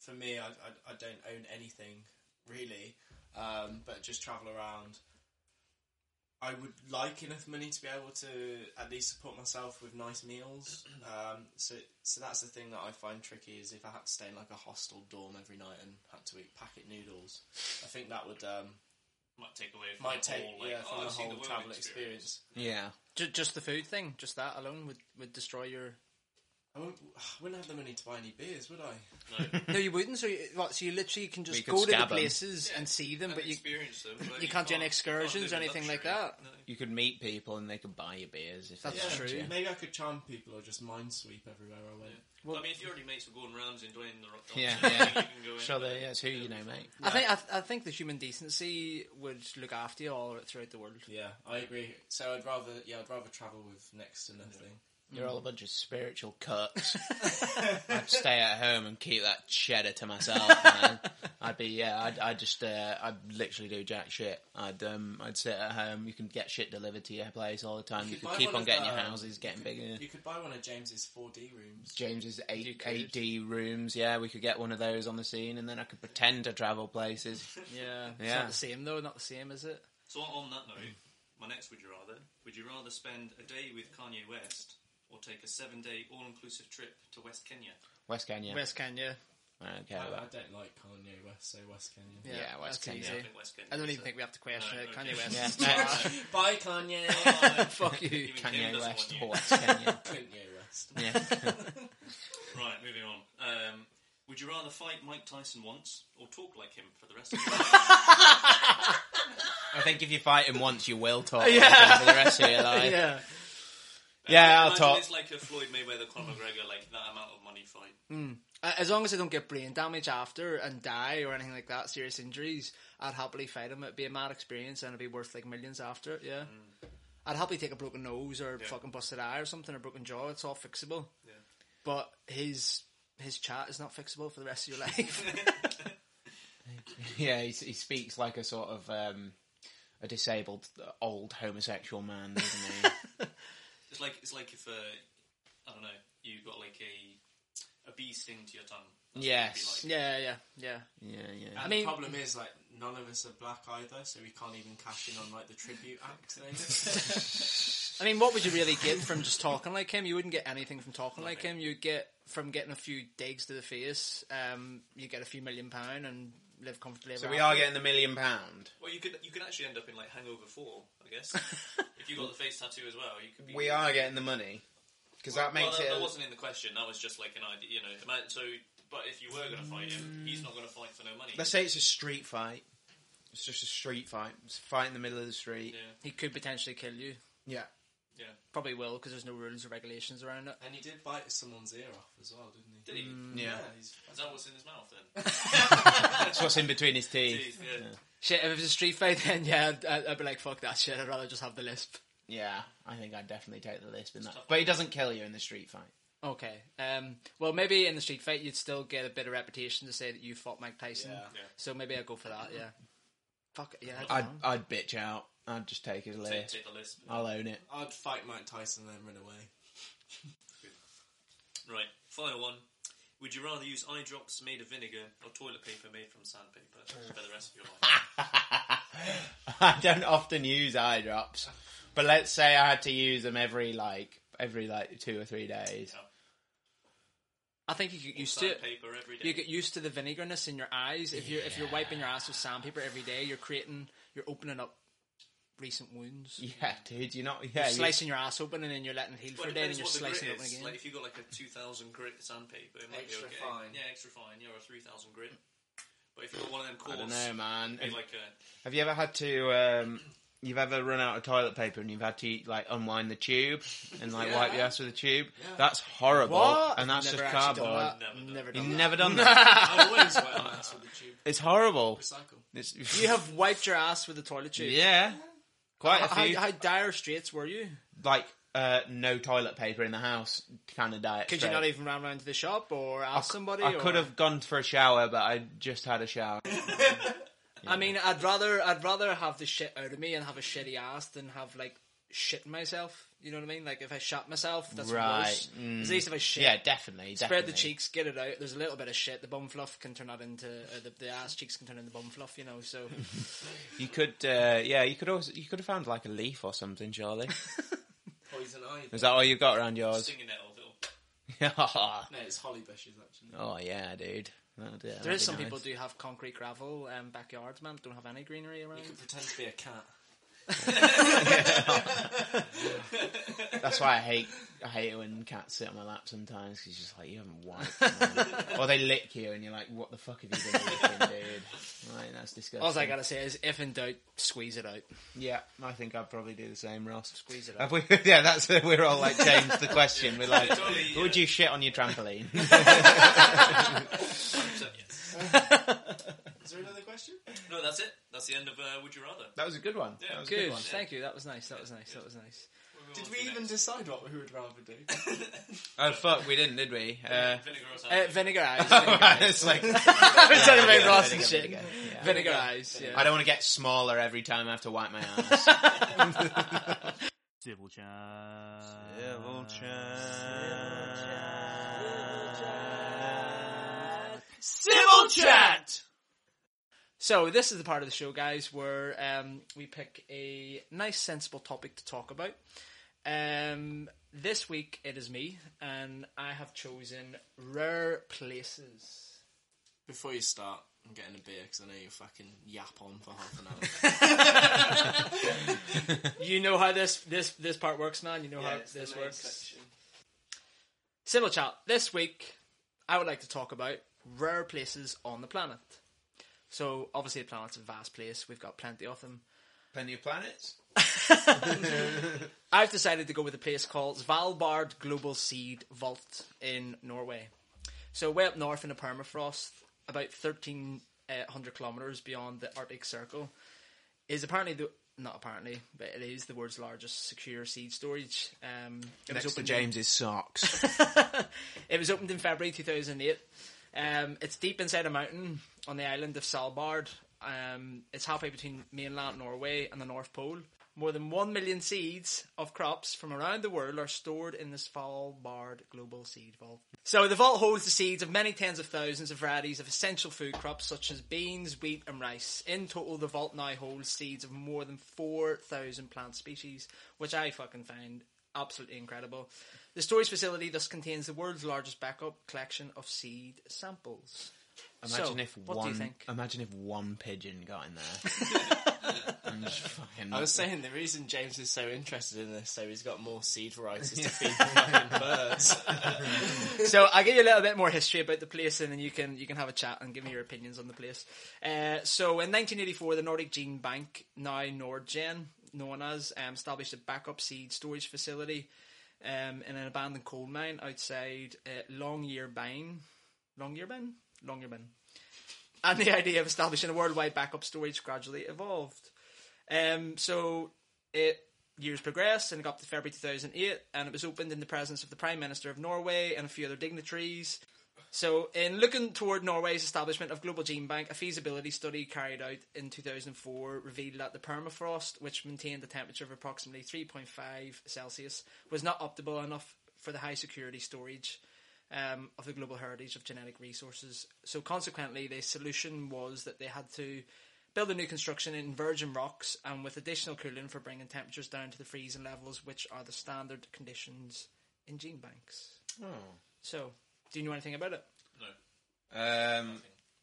S2: for me, I, I, I don't own anything really, um, but just travel around. I would like enough money to be able to at least support myself with nice meals. Um, so, so that's the thing that I find tricky is if I had to stay in like a hostel dorm every night and had to eat packet noodles. I think that would um,
S3: Might take away from
S2: might
S3: the
S2: take
S3: whole, like,
S2: yeah,
S3: oh,
S2: from
S3: I've
S2: the
S3: seen
S2: whole
S3: world
S2: travel experience.
S1: Yeah.
S4: Ju- just the food thing, just that alone would would destroy your.
S2: I wouldn't, I wouldn't have the money to buy any beers, would I?
S3: No,
S4: No, you wouldn't. So you, what, so you literally can
S1: We
S4: just
S1: could
S4: go to the
S1: scab 'em.
S4: places and see them, <laughs>
S3: and
S4: but you
S3: experience them. but
S4: you can't do any excursions
S3: live
S4: or
S3: in
S4: anything like
S3: luxury.
S4: that.
S3: No.
S1: You could meet people and they could buy you beers if they
S4: That's
S1: wanted
S4: true.
S1: you.
S2: Maybe I could charm people or just minesweep everywhere I went.
S3: I mean, if you already mates with Gordon Ramsay and Dwayne the Rock
S1: <laughs>
S3: Johnson,
S1: Yeah,
S3: you
S1: yeah.
S3: can go in.
S1: Sure, they, yeah, it's who you know, mate.
S4: I think I, th- I think the human decency would look after you all throughout the world.
S2: Yeah, I agree. So I'd rather yeah, I'd rather travel with next to nothing.
S1: You're all a bunch of spiritual cuts. I'd stay at home and keep that cheddar to myself, man. I'd be yeah. I'd, I'd just uh, I'd literally do jack shit. I'd um I'd sit at home. You can get shit delivered to your place all the time. You,
S2: could
S1: could
S2: buy
S1: keep
S2: one
S1: on
S2: of
S1: getting your
S2: the-
S1: houses getting bigger.
S2: You could buy one of James's 4D rooms.
S1: James's
S4: You
S1: eight
S4: could.
S1: eight D rooms. Yeah, we could get one of those on the scene, and then I could pretend to travel places.
S4: Yeah, it's
S1: Yeah.
S4: not the same though. Not the same, is it?
S3: So on that note, my next would you rather? Would you rather spend a day with Kanye West or take a seven-day all-inclusive trip to West Kenya?
S1: West Kenya.
S4: West Kenya.
S1: I don't care
S2: I,
S1: about.
S2: I don't like Kanye West, so West Kenya.
S4: Yeah,
S1: Yeah, West
S4: that's
S1: Kenya.
S4: easy.
S3: Yeah, I think West Kenya.
S4: I don't
S3: is
S4: even
S3: it.
S4: think we have to question
S3: No,
S4: it.
S3: okay.
S4: Kanye West.
S1: Yeah.
S2: <laughs>
S4: is
S1: Next.
S2: Bye Kanye.
S3: Oh,
S4: <laughs>
S1: <laughs>
S3: <laughs>
S4: Fuck you.
S3: even
S1: Kanye
S3: doesn't
S1: West
S3: want
S1: or
S3: you.
S1: West
S2: <laughs>
S1: Kenya.
S2: Kanye West.
S1: yeah.
S3: <laughs> Right, moving on. Um, would you rather fight Mike Tyson once or talk like him for the rest of your life?
S1: I think if you fight him once, you will talk yeah. for the rest of your life.
S4: yeah.
S1: <laughs> Yeah, I'll
S3: Imagine
S1: talk.
S3: It's like a Floyd Mayweather Conor McGregor, like that amount of money fight.
S4: Uh, As long as I don't get brain damage after and die or anything like that, serious injuries, I'd happily fight him. It'd be a mad experience and it'd be worth like millions after it. Yeah.
S1: Mm.
S4: I'd happily take a broken nose or fucking busted eye or something, or broken jaw. It's all fixable.
S3: Yeah.
S4: But his his chat is not fixable for the rest of your <laughs> life.
S1: Yeah, he, he speaks like a sort of um, a disabled uh, old homosexual man, doesn't he?
S3: It's like it's like if uh, I don't know, you got like a a bee sting to your tongue. That's what it'd be
S1: Yes.
S3: like.
S4: yeah, yeah, yeah.
S3: <laughs>
S1: yeah, yeah.
S2: And
S4: mean-
S2: the problem is, like, none of us are black either, so we can't even cash in on, like, the tribute act thing.
S4: I mean, what would you really get from just talking like him? You wouldn't get anything from talking like
S3: Nothing.
S4: him. You'd get from getting a few digs to the face. Um, you get a few million pound and live comfortably.
S1: So
S4: ever
S1: we
S4: after.
S1: are getting the million pound.
S3: Well, you could you could actually end up in like Hangover Four, I
S1: <laughs>
S4: <laughs>
S3: guess. if you got the face tattoo as well, you could. Be,
S1: We are getting the money because that
S3: Well,
S1: makes
S3: that,
S1: it.
S3: that
S1: a-
S3: wasn't in the question. That was just like an idea, you know. ima- So, but if you were going to fight him, he's not going to fight for no money.
S1: Let's say it's a street fight. It's just a street fight. It's a fight in the middle of the street.
S3: yeah,
S4: He could potentially kill you.
S1: Yeah.
S3: yeah.
S4: Probably will because there's no rules or regulations around it.
S2: and he did bite someone's ear off as well, didn't he?
S3: Did he?
S4: Mm.
S1: Yeah.
S2: he's
S3: Is that what's in his mouth
S4: <laughs>
S3: then?
S1: That's what's in between his teeth.
S3: Jeez, yeah.
S4: Shit, if it was a street fight, <laughs> then yeah, I'd- I'd, I'd be like, fuck that shit. I'd rather just have the lisp.
S1: Yeah, I think I'd definitely take the list in that.
S3: tough.
S1: But he doesn't kill you in the street fight.
S4: Okay. Um, well, maybe in the street fight, you'd still get a bit of reputation to say that you fought Mike Tyson.
S2: Yeah.
S3: Yeah.
S4: So maybe I'd go for that. Yeah. Fuck. Yeah. I don't
S1: I'd
S4: know.
S1: I'd bitch out. I'd just take his
S3: Take,
S1: list.
S3: take the list.
S1: I'll own it.
S2: I'd fight Mike Tyson and then run away.
S3: Right, final one. Would you rather use eye drops made of vinegar or toilet paper made from sandpaper
S4: Mm.
S3: for the rest of your life?
S1: <laughs> I don't often use eye drops, but let's say I had to use them every like every like two or three days.
S4: I think <laughs> you get used to it.
S3: sandpaper every day.
S4: You get used to the vinegarness in your eyes. If you're if you're wiping your ass with sandpaper every day, you're creating, you're opening up recent wounds.
S1: Yeah, dude, you're not. Yeah,
S4: You're
S1: you-
S4: slicing your ass open and then you're letting it heal
S3: Well,
S4: for a
S3: it
S4: day and
S3: depends
S4: you're
S3: what the
S4: slicing it
S3: grit
S4: open
S3: is.
S4: again.
S3: Like if you got like a two thousand grit sandpaper, it might
S2: Extra
S3: be okay.
S2: fine.
S3: Yeah, extra fine. Yeah, or three thousand grit. But if you got one of them
S1: I
S3: coarse,
S1: don't know, man.
S3: it'd be like a
S1: Have you ever had to? Um, you've ever run out of toilet paper and you've had to like unwind the tube and like wipe your ass with a tube? That's horrible, and that's
S4: Never
S1: just
S4: actually done
S1: cardboard.
S4: that.
S3: Never done
S4: Never
S1: You've
S4: done that.
S1: never done that.
S2: I always wet my ass with a tube.
S1: it's horrible.
S2: Recycle.
S1: It's,
S4: <laughs>
S1: <laughs>
S4: You have wiped your ass with a toilet tube.
S1: yeah, quite a
S4: How,
S1: few.
S4: how dire straits were you?
S1: like uh, no toilet paper in the house kind of diet.
S4: Could
S1: straight.
S4: you not even run round to the shop or
S1: I
S4: ask
S1: c-
S4: somebody?
S1: I
S4: or-
S1: could have gone for a shower, but I just had a shower.
S4: I mean, I'd rather I'd rather have the shit out of me and have a shitty ass than have like shit myself. You know what I mean? Like if I shot myself, that's
S1: Right, Mm.
S4: worse. At least if I shit.
S1: Yeah, definitely.
S4: Spread
S1: definitely.
S4: the cheeks, get it out. There's a little bit of shit. The bum fluff can turn that into uh, the, the ass cheeks can turn into bum fluff, you know.
S1: <laughs>
S4: So
S1: You could, uh, yeah, you could also you could have found like a leaf or something,
S4: <laughs>
S1: surely.
S2: Poison ivy.
S1: Is that all you've got around yours?
S3: Singing it all
S4: <laughs>
S3: little.
S1: <laughs> oh
S2: No, it's holly bushes actually.
S1: yeah, dude. That'd, uh,
S4: there
S1: that'd
S4: is
S1: be
S4: some
S1: nice.
S4: people do have concrete gravel um, backyards, man. Don't have any greenery around.
S2: You could pretend to be a cat.
S1: That's why I hate I hate it when cats sit on my lap sometimes because just like you haven't wiped, man."
S4: <laughs>
S1: or they lick you and you're like, what the fuck have you been licking, dude? Like that's disgusting.
S4: All I gotta say is, if in doubt, squeeze it out.
S1: Yeah, I think I'd probably do the same, Ross.
S4: Squeeze it
S1: Have
S4: out.
S1: we, <laughs> yeah, that's we're all like changed the question. We're
S4: <laughs>
S1: like,
S3: Totally, yeah.
S1: would you shit on your trampoline?
S3: <laughs> So, yes.
S2: Is there another question?
S3: No, that's it. That's the end of uh, Would You Rather.
S1: that was a good one.
S3: Yeah,
S1: that was a
S4: Good,
S1: one.
S4: thank you. That was nice. That was nice. That was nice.
S2: Did we even decide what we would rather do?
S3: <laughs>
S1: Oh fuck, we didn't, did we? <laughs> Uh,
S3: Vinegar or
S4: Uh,
S3: something?
S4: vinegar <laughs> eyes. Vinegar eyes.
S1: it's like
S4: I was talking about
S1: Yeah,
S4: Ross and
S1: vinegar,
S4: shit.
S1: vinegar, yeah.
S4: Vinegar eyes. Yeah.
S1: I don't want to get smaller every time I have to wipe my ass.
S6: Civil Chan.
S4: Civil Chat! So, this is the part of the show, guys, where um, we pick a nice, sensible topic to talk about. Um, this week it is me, and I have chosen rare places.
S2: Before you start, I'm getting a beer because I know you fucking yap on for half an hour.
S4: You know how this this this part works, man. You know how
S2: it's the
S4: this
S2: main
S4: works.
S2: section.
S4: Civil chat. This week, I would like to talk about rare places on the planet. So, obviously, the planet's a vast place. We've got plenty of them.
S1: Plenty of planets.
S4: I've decided to go with a place called Svalbard Global Seed Vault in Norway. So way up north in the permafrost, about 1,300 kilometres beyond the Arctic Circle, is apparently the not apparently, but it is the world's largest secure seed storage. Um, it was
S1: Next to
S4: opened
S1: James's socks.
S4: it was opened in February 2008. Um, it's deep inside a mountain on the island of Svalbard. Um, it's halfway between mainland Norway and the North Pole. More than 1 million seeds of crops from around the world are stored in the Svalbard Global Seed Vault. So the vault holds the seeds of many tens of thousands of varieties of essential food crops such as beans, wheat and rice. In total, the vault now holds seeds of more than 4,000 plant species, which I fucking find absolutely incredible. The storage facility thus contains the world's largest backup collection of seed samples.
S1: Imagine
S4: So,
S1: if
S4: what do
S1: one.
S4: you think?
S1: Imagine if one pigeon got in there. I'm just fucking.
S2: I was saying the reason James is so interested in this, so he's got more seed varieties <laughs> to feed the fucking birds.
S4: so I'll give you a little bit more history about the place, and then you can you can have a chat and give me your opinions on the place. Uh, so in 1984, the Nordic Gene Bank, now Nordgen, known as, um, established a backup seed storage facility um, in an abandoned coal mine outside uh, Longyearbyen. Longyearbyen, Longyearbyen. And the idea of establishing a worldwide backup storage gradually evolved. Um, so it years progressed and it got to February 2008 and it was opened in the presence of the Prime Minister of Norway and a few other dignitaries. So, in looking toward Norway's establishment of Global Gene Bank, a feasibility study carried out in 2004 revealed that the permafrost, which maintained a temperature of approximately 3.5 Celsius, was not optimal enough for the high security storage um, of the global heritage of genetic resources. So consequently, the solution was that they had to build a new construction in virgin rocks and with additional cooling for bringing temperatures down to the freezing levels, which are the standard conditions in gene banks.
S1: Oh.
S4: So, do you know anything about it?
S1: Um,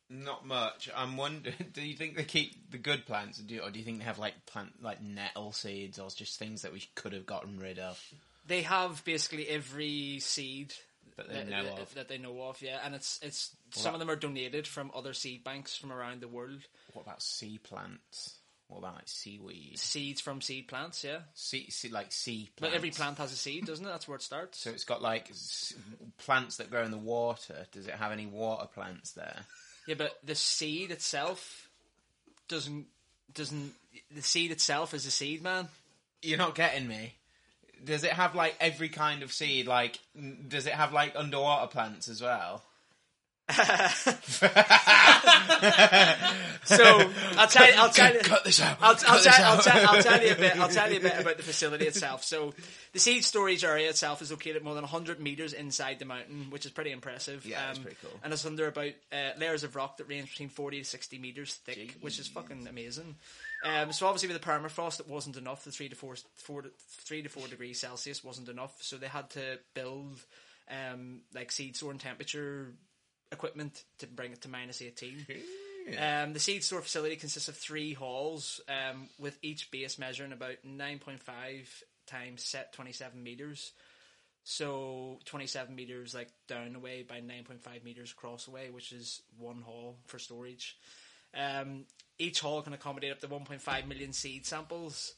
S1: not much. I'm wondering. <laughs> Do you think they keep the good plants, or do you, or do you think they have like plant like nettle seeds, or just things that we could have gotten rid of?
S4: They have basically every seed
S1: That they
S4: that,
S1: know
S4: that-
S1: of.
S4: that they know of, yeah, and it's it's some of them are donated from other seed banks from around the world.
S1: What about sea plants? What about like seaweed?
S4: Seeds from seed plants, yeah.
S1: Sea, sea like sea. Plants.
S4: But every plant has a seed, doesn't it? That's where it starts.
S1: So it's got like s- plants that grow in the water. Does it have any water plants there?
S4: Yeah, but the seed itself doesn't doesn't the seed itself is a seed, man.
S1: You're not getting me. Does it have like every kind of seed? Like, n- does it have like underwater plants as well? <laughs>
S4: So I'll tell you, I'll tell you,
S1: Cut this out.
S4: I'll,
S1: Cut
S4: I'll,
S1: this
S4: tell, I'll,
S1: out.
S4: tell, I'll tell you a bit. I'll tell you
S1: <laughs>
S4: a bit about the facility itself. So, the seed storage area itself is located more than 100 meters inside the mountain, which is pretty impressive. Um,
S1: Yeah, that's pretty cool.
S4: And it's under about uh, layers of rock that range between 40 to 60 meters thick, which is fucking amazing. Um, so obviously with the permafrost, it wasn't enough. The three to four, four to, three to four degrees Celsius wasn't enough. So they had to build um, like seed storing temperature equipment to bring it to minus 18. Um, the seed store facility consists of three halls, um, with each base measuring about 9.5 times set 27 meters. So 27 meters like down away by 9.5 meters across away, which is one hall for storage. Um, each hall can accommodate up to 1.5 million seed samples,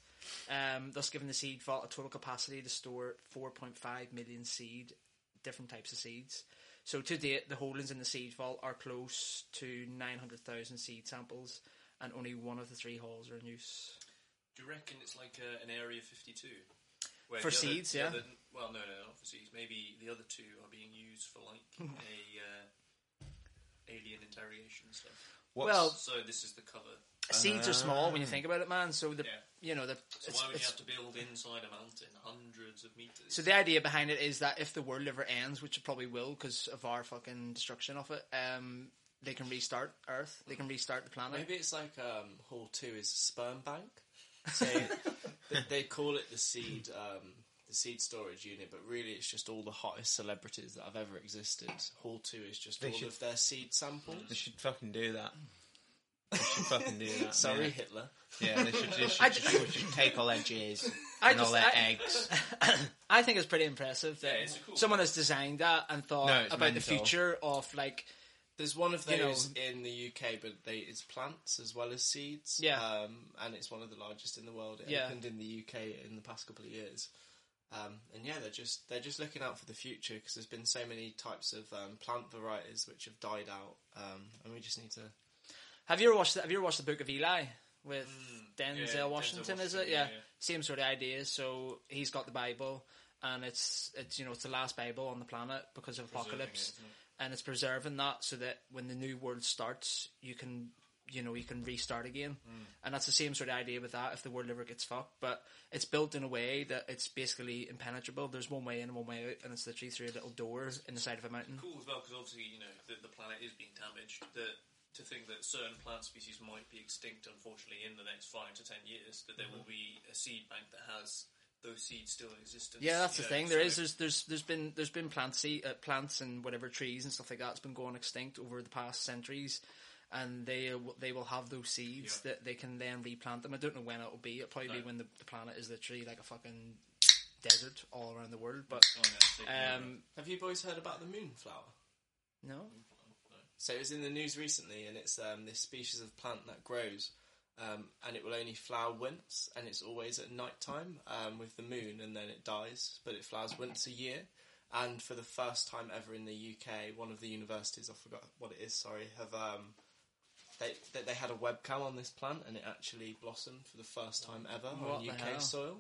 S4: um, thus giving the seed vault a total capacity to store 4.5 million seed, different types of seeds. So to date, the holdings in the seed vault are close to 900,000 seed samples, and only one of the three halls are in use.
S3: Do you reckon it's like uh, an Area 52? Where
S4: For
S3: the other-
S4: seeds,
S3: the
S4: yeah.
S3: other- well, no, no, not for seeds. Maybe the other two are being used for
S4: <laughs>
S3: like a uh, alien interrogation stuff.
S1: What's-
S4: Well,
S3: So this is the cover.
S4: seeds are small when you think about it, man. So the
S3: Yeah.
S4: you know the
S3: So
S4: it's-
S3: why would you
S4: it's-
S3: have to build inside a mountain, hundreds of meters?
S4: So the idea behind it is that if the world ever ends, which it probably will because of our fucking destruction of it, um, they can restart Earth. They can restart the planet.
S2: Maybe it's like um, Hall Two is a sperm bank. So they, they call it the seed, um, the seed storage unit, but really it's just all the hottest celebrities that have ever existed. Hall Two is just all
S1: should-
S2: of their seed
S1: They
S2: samples.
S1: should fucking do that. They should fucking do
S3: <laughs>
S1: that.
S2: Sorry, Hitler.
S1: Yeah, yeah they should, they should,
S4: I
S1: they
S4: ju-
S1: should, take all their jizz
S4: I
S1: and all their
S4: just- I-
S1: eggs.
S3: <laughs>
S4: I think it's pretty impressive that
S3: Yeah, it's a cool
S4: someone
S3: one.
S4: has designed that and thought
S1: No, it's
S4: about the
S1: mental.
S4: future of like
S2: There's one of
S4: You know-
S2: those in the UK, but they, it's plants as well as seeds.
S4: Yeah.
S2: um, and it's one of the largest in the world. It
S4: Yeah.
S2: opened in the UK in the past couple of years. Um, and yeah, they're just they're just looking out for the future because there's been so many types of um, plant varieties which have died out, um, and we just need to.
S4: Have you ever watched? The, have you ever watched the Book of Eli with
S3: Mm, yeah,
S4: Denzel
S3: Denzel
S4: Washington? is it?
S3: Washington,
S4: Yeah.
S3: yeah, yeah.
S4: same sort of idea. So he's got the Bible, and it's it's you know it's the last Bible on the planet because of apocalypse,
S3: isn't
S4: and it's preserving that so that when the new world starts, you can you know you can restart again,
S3: Mm.
S4: and that's the same sort of idea with that. If the world ever gets fucked, but it's built in a way that it's basically impenetrable. There's one way in and one way out, and it's literally through a little door in the side of a mountain.
S3: cool as well because obviously you know the, the planet is being damaged. That to think that certain plant species might be extinct, unfortunately, in the next five to ten years, that there will
S4: Mm-hmm.
S3: be a seed bank that has those seeds still in existence.
S4: Yeah, that's the
S3: you know,
S4: thing. There
S3: so-
S4: is there's there's there's been there's been plant se- uh, plants and whatever trees and stuff like that's been going extinct over the past centuries, and they will- they will have those seeds that they can then replant them. I don't know when it'll be. It'll probably be
S3: No.
S4: when the, the planet is literally like a fucking desert all around the world. But
S3: Oh, yeah, it's taken over.
S4: um,
S2: Have you boys heard about the moonflower?
S4: no,
S3: uh,
S2: So it was in the news recently, and it's um, this species of plant that grows, um, and it will only flower once, and it's always at night time um, with the moon, and then it dies. But it flowers once a year, and for the first time ever in the UK, one of the universities I forgot what it is, sorry, have um, they they, they had a webcam on this plant, and it actually blossomed for the first time ever
S4: What
S2: on
S4: the
S2: UK
S4: hell?
S2: soil.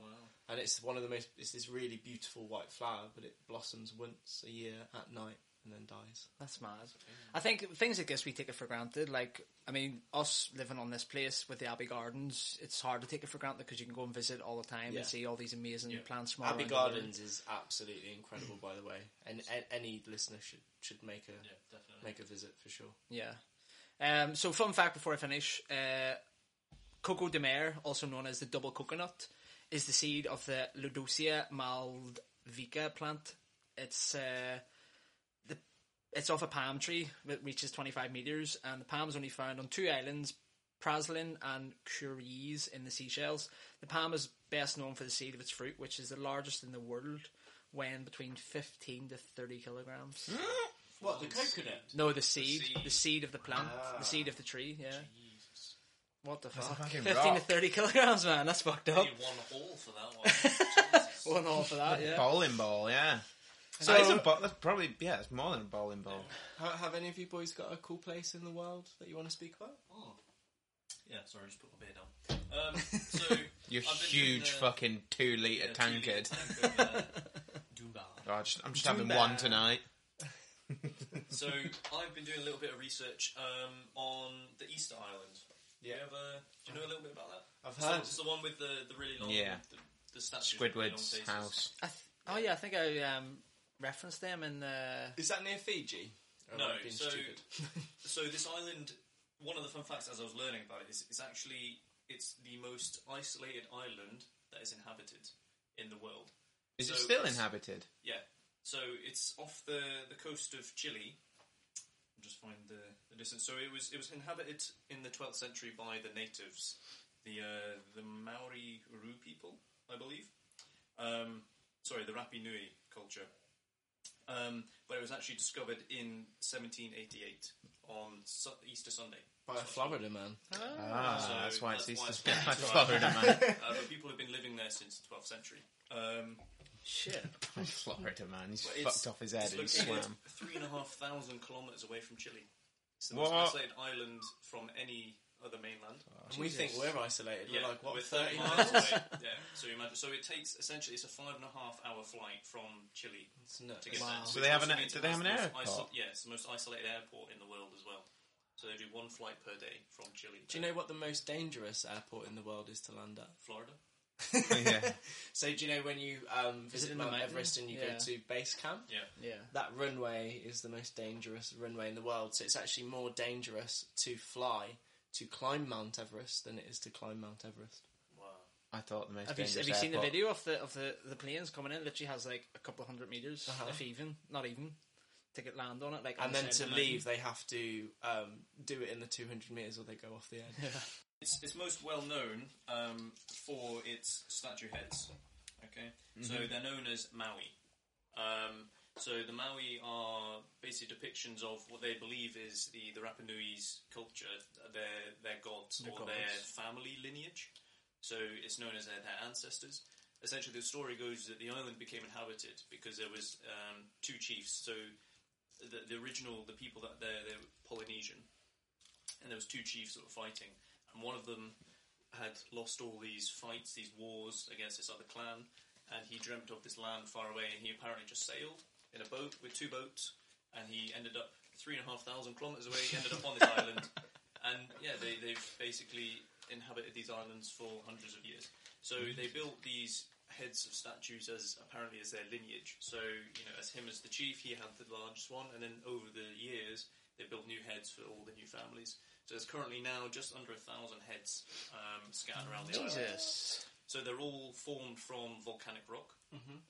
S2: And it's one of the most. It's this really beautiful white flower, but it blossoms once a year at night and then dies.
S4: That's mad. I think things like this we take it for granted. Like, I mean, us living on this place with the Abbey Gardens, it's hard to take it for granted because you can go and visit all the time
S2: Yeah.
S4: and see all these amazing plants. from all
S2: Abbey
S4: around the world.
S2: Gardens is absolutely incredible, by the way, and a- any listener should should make a
S3: Yeah, definitely.
S2: make a visit for sure.
S4: Yeah. Um, so, fun fact before I finish uh, Coco de Mer, also known as the double coconut, is the seed of the Ludocea malvica plant. It's uh, the it's off a palm tree that reaches 25 metres, and the palm's only found on two islands, Praslin and Curies in the Seychelles. The palm is best known for the seed of its fruit, which is the largest in the world, weighing between 15 to 30 kilograms.
S2: What the coconut?
S4: No, the seed, the seed,
S3: seed.
S4: of the plant, the seed of the tree. Yeah. What the fuck?
S1: fucking
S4: <laughs> Fifteen to
S1: rock.
S4: thirty kilograms, man. That's fucked up.
S3: Only one hall for
S2: <laughs>
S3: that one. Jesus.
S4: One all for
S1: <laughs>
S4: that. Yeah.
S1: Bowling ball, yeah.
S4: So-
S1: that is a bo- that's probably yeah, it's more than a bowling ball.
S2: Have, have any of you boys got a cool place in the world that you want to speak about?
S3: Oh. Yeah, sorry, I just put my beard down.
S2: <laughs>
S3: Um, so
S1: Your
S3: I've been doing
S1: huge
S3: the-
S1: fucking two litre
S3: yeah, two litre
S1: tankard.
S3: tankard,
S2: <laughs>
S3: yeah. Dunbar.
S1: Oh, I just, I'm just having one tonight.
S3: So I've been doing a little bit of research um, on the Easter Island. Yeah. Do you, ever, do you know a little bit about that?
S2: I've
S3: It's the-
S2: heard.
S3: It's the one with the, the really long.
S1: Yeah.
S3: The, the statue with the really long
S1: Squidward's
S3: faces.
S1: house.
S4: I th- oh yeah, I think I um, referenced them in uh, the.
S2: Is that near Fiji? Or am
S3: No,
S2: I being <laughs>
S3: so-
S2: stupid?
S3: So this island, one of the fun facts as I was learning about it is it's actually it's the most isolated island that is inhabited in the world.
S1: Is it
S3: So
S1: still
S3: it's-
S1: inhabited?
S3: Yeah. So it's off the, the coast of Chile. I'll just find the, the distance. So it was it was inhabited in the 12th century by the natives, the uh, the Maori Uru people, I believe. Um, sorry, the Rapi Nui culture. Um, but it was actually discovered in 1788 on Su- Easter Sunday.
S2: By a Florida man.
S1: Ah,
S3: So
S1: that's why it's
S3: that's
S1: Easter.
S3: why
S1: <laughs> That's
S3: it's
S1: why
S3: called Easter
S1: Florida, man.
S3: Uh, but people have been living there since the 12th century. Um,
S4: Shit.
S1: Florida, man. He's
S3: But
S1: fucked off his head
S3: it's
S1: and
S3: located
S1: swam.
S3: Three and a half thousand kilometres away from Chile. It's the
S1: What?
S3: most isolated island from any other mainland.
S2: And we think we're isolated. We're Oh, like, what,
S3: we're
S2: 30 miles?
S3: away. yeah, so you imagine. So it takes essentially it's a five and a half hour flight from Chile
S2: It's nuts.
S3: to get
S4: Wow.
S3: there.
S4: So
S3: which
S1: they have
S3: also
S1: an-
S3: means
S1: do
S3: it
S1: they
S3: has
S1: have
S3: the
S1: an
S3: most iso-
S1: airport?
S3: yeah, it's the most isolated airport in the world as well. So they do one flight per day from Chile.
S2: Do you know what the most dangerous airport in the world is to land at?
S3: Florida?
S1: <laughs> yeah.
S2: So do you know when you um, visit
S4: in the
S2: Mount
S4: mountain?
S2: Everest and you
S4: Yeah.
S2: go to base camp?
S3: Yeah.
S4: Yeah.
S2: That runway is the most dangerous runway in the world. So it's actually more dangerous to fly to climb Mount Everest than it is to climb Mount Everest.
S3: Wow.
S1: I thought the most
S4: Have you,
S1: dangerous
S4: have you seen the
S1: airport-
S4: video of the of the, the planes coming in? Literally has like a couple hundred meters, if even, not even, to get land on it. Like on
S2: And
S4: the
S2: then
S4: side
S2: to
S4: of the
S2: leave, they have to um, do it in the 200 meters or they go off the edge.
S3: It's, it's most well known um, for its statue heads. Okay, so they're known as Maui. Um, so the Maui are basically depictions of what they believe is the the Rapa Nui's culture, their their gods or their
S2: gods.
S3: family lineage. So it's known as their, their ancestors. Essentially, the story goes that the island became inhabited because there was um, two chiefs. So the, the original, the people that they're, they're Polynesian, and there was two chiefs that were fighting, and one of them had lost all these fights, these wars against this other clan, and he dreamt of this land far away, and he apparently just sailed in a boat with two boats, and he ended up three and a half thousand kilometers away. He ended up on this island, and yeah, they, they've basically inhabited these islands for hundreds of years. So they built these heads of statues as apparently as their lineage. So you know, as him as the chief, he had the largest one, and then over the years they built new heads for all the new families. So there's currently now just under a thousand heads um, scattered around the island.
S4: Jesus.
S3: So they're all formed from volcanic rock. Mm-hmm.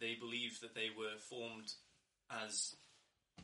S3: They believe that they were formed as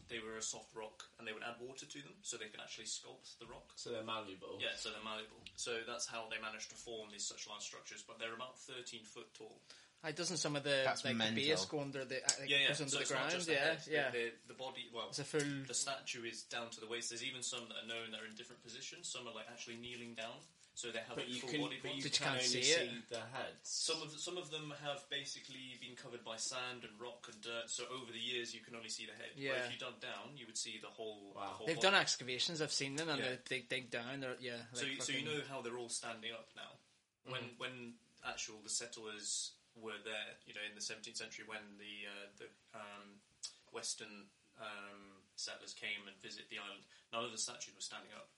S3: they were a soft rock, and they would add water to them so they could actually sculpt the rock.
S2: So they're malleable.
S3: Yeah, so they're malleable. So that's how they managed to form these such large structures. But they're about 13 foot tall.
S4: Like, doesn't some of the
S1: That's
S4: like the
S1: mental.
S4: base go under the uh, like,
S3: Yeah, yeah.
S4: goes under
S3: so
S4: the
S3: it's not
S4: ground?
S3: just the
S4: yeah,
S3: head, the-
S4: yeah.
S3: The, the body, well,
S4: it's a full.
S3: the statue is down to the waist. There's even some that are known that are in different positions. Some are like actually kneeling down, so they have
S2: But you
S3: full
S2: can,
S3: body.
S2: but you can
S4: But you can't
S2: only
S4: see
S2: see,
S4: it.
S2: the heads.
S3: Some of some of them have basically been covered by sand and rock and dirt, so over the years you can only see the head.
S4: Yeah.
S3: But if you dug down, you would see the whole.
S2: Wow.
S3: The whole
S4: They've
S3: body.
S4: done excavations. I've seen them, and
S3: Yeah.
S4: they, they dig down. They're, yeah.
S3: So,
S4: like
S3: you so you
S4: fucking- Mm-hmm. Mm.
S3: know how they're all standing up now. When when actual the settlers were there, you know, in the 17th century, when the uh, the um, Western um, settlers came and visit the island, none of the statues were standing up.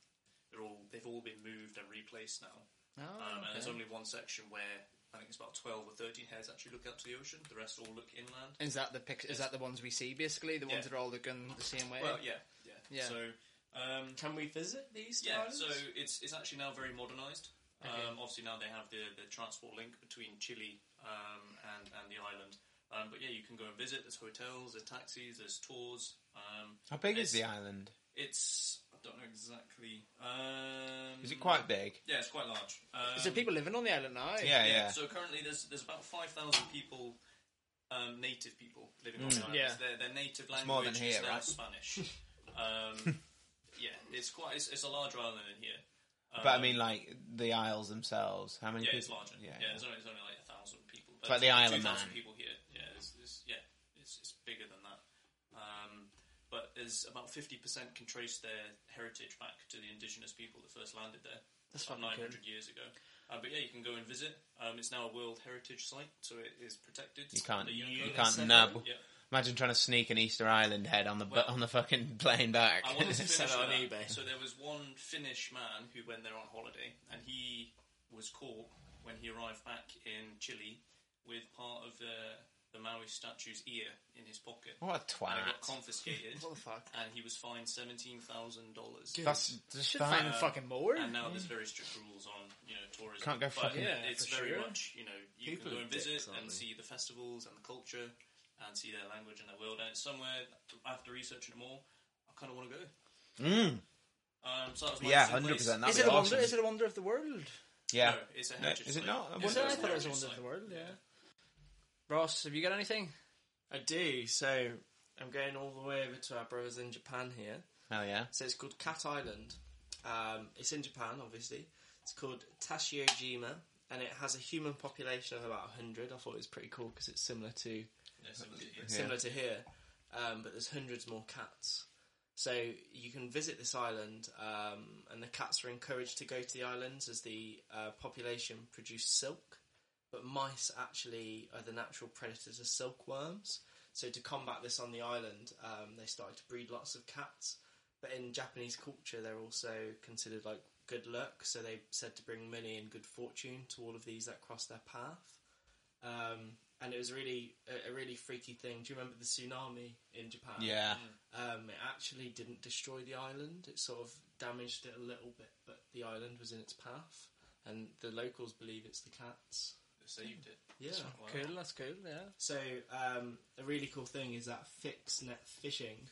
S3: They're all they've all been moved and replaced now.
S4: Oh,
S3: Um, and there's
S4: okay.
S3: only one section where I think it's about 12 or 13 heads actually look up to the ocean. The rest all look inland.
S4: Is that the pic- Is that the ones we see basically? The ones that
S3: Yeah.
S4: are all looking the same way.
S3: Well, yeah, yeah.
S4: Yeah.
S3: So, um,
S2: Can we visit these
S3: yeah,
S2: islands?
S3: so it's it's actually now very modernised. Um, obviously now they have the, the transport link between Chile um, and and the island. Um, but yeah, you can go and visit. There's hotels, there's taxis, there's tours. Um,
S1: How big is
S3: It's-
S1: the island?
S3: it's I don't know exactly. Um,
S1: Is it quite big?
S3: Yeah, it's quite large. Um,
S4: Is there people living on the island now?
S1: Yeah, yeah.
S3: So currently, there's there's about five thousand people, um, native people living on the islands.
S4: Yeah.
S3: Their, their native language
S1: Mm. more than
S3: is
S1: here,
S3: now
S1: right? <laughs>
S3: Spanish. Um, yeah, it's quite it's, it's a larger island than here. Um,
S1: But I mean, like the Isles themselves. How many? people?
S3: yeah, it's larger. Yeah,
S1: Yeah,
S3: There's, only, there's only like a thousand people.
S1: like the Isle of
S3: 2,000
S1: Man.
S3: people here. Yeah, it's, it's, yeah, it's, it's bigger than that. Um, but there's about fifty percent can trace their heritage back to the indigenous people that first landed there.
S4: That's
S3: about
S4: fucking cool.
S3: 900 years ago. Uh, but yeah, you can go and visit. Um, it's now a World Heritage Site, so it is protected.
S1: You can't,
S3: The
S1: you
S3: UNESCO-
S1: can't nab.
S3: Yeah.
S1: Imagine trying to sneak an Easter Island head on the bu-
S3: Well,
S1: on the fucking plane back.
S3: I
S1: <laughs>
S3: wanted to
S2: Sell
S3: finish
S2: it on
S3: that.
S2: eBay.
S3: So there was one Finnish man who went there on holiday, and he was caught when he arrived back in Chile with part of the, the Maui statue's ear in his pocket.
S1: what a
S3: And it got
S1: twat!
S3: confiscated,
S4: <laughs> What the fuck?
S3: and he was fined seventeen thousand dollars.
S1: That's just
S4: Should
S1: fine.
S4: find fucking more.
S3: And now there's very strict rules on you know tourism.
S1: Can't go
S3: but
S1: fucking-
S4: Yeah,
S3: it's
S4: for sure.
S3: very much you know you
S7: People
S3: can go
S7: are
S3: and
S7: dicks,
S3: visit
S7: aren't
S3: and
S7: they?
S3: see the festivals and the culture and see their language and their world. And it's somewhere after researching it more, I kind of want to go.
S1: Mm.
S3: Um, so that was my
S1: Yeah,
S3: second
S1: hundred
S3: place.
S1: percent. That'd
S4: Is
S1: be
S4: it, a
S1: awesome.
S4: wonder, is it a wonder of the world?
S1: yeah.
S3: No, it's a
S1: No,
S3: heritage
S1: is it
S3: site.
S1: not? I wonder-
S3: Yeah, it's
S4: So I thought it was
S3: heritage
S4: a wonder of
S3: site.
S4: the world, yeah.
S3: Yeah.
S4: Ross, have you got anything?
S2: I do. So I'm going all the way over to our brothers in Japan here.
S1: Hell yeah.
S2: So it's called Cat Island. Um, it's in Japan, obviously. It's called Tashiojima, and it has a human population of about 100. I thought it was pretty cool because it's similar to
S3: Yeah, so it's-
S2: similar to here, um, but there's hundreds more cats. So you can visit this island, um, and the cats are encouraged to go to the islands as the uh, population produce silk. But mice actually are the natural predators of silkworms. So to combat this on the island, um, they started to breed lots of cats. But in Japanese culture, they're also considered like good luck. So they said to bring money and good fortune to all of these that cross their path um, and it was really a, a really freaky thing. Do you remember the tsunami in
S3: Uh,
S2: Japan?
S1: Yeah.
S2: Um, it actually didn't destroy the island. It sort of damaged it a little bit, but the island was in its path, and the locals believe it's the cats.
S3: it saved it.
S2: Yeah.
S3: Wow.
S4: Cool, that's cool, yeah.
S2: So um, a really cool thing is that fixed net fishing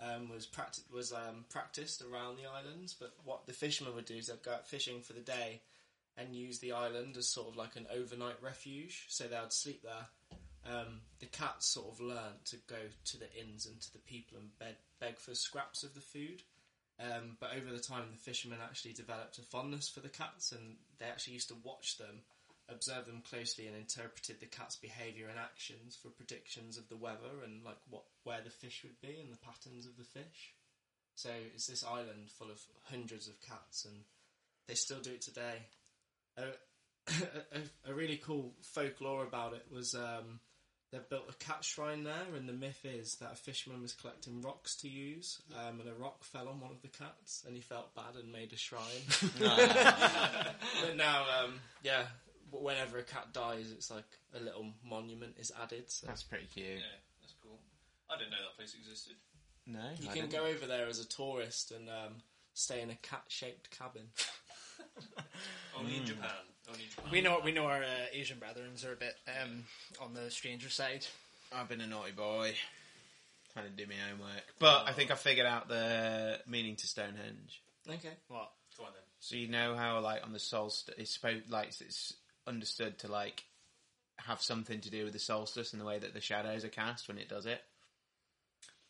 S2: um, was practi- was um, practiced around the islands. But what the fishermen would do is they'd go out fishing for the day and use the island as sort of like an overnight refuge. So they'd sleep there. Um, the cats sort of learned to go to the inns and to the people and beg, beg for scraps of the food. Um, but over the time, the fishermen actually developed a fondness for the cats, and they actually used to watch them, observe them closely, and interpreted the cats' behaviour and actions for predictions of the weather and like what where the fish would be and the patterns of the fish. So it's this island full of hundreds of cats, and they still do it today. A, a, a really cool folklore about it was um, they've built a cat shrine there, and the myth is that a fisherman was collecting rocks to use, um, and a rock fell on one of the cats, and he felt bad and made a shrine. <laughs> but now, um, yeah, w- whenever a cat dies, it's like a little monument is added. So
S1: That's pretty cute.
S3: Yeah, that's cool. I didn't know that place existed.
S1: No,
S2: you
S1: I
S2: can
S1: didn't.
S2: go over there as a tourist and um, stay in a cat-shaped cabin.
S3: Only
S1: Hmm.
S3: in Japan. Only in Japan.
S4: We know we know our uh, Asian brethren are a bit um, on the stranger side.
S1: I've been a naughty boy, trying to do my homework, but I think I figured out the meaning to Stonehenge.
S2: Okay.
S4: What?
S3: Go on then.
S1: So you know how, like, on the solstice, it's supposed, like, it's understood to like have something to do with the solstice and the way that the shadows are cast when it does it.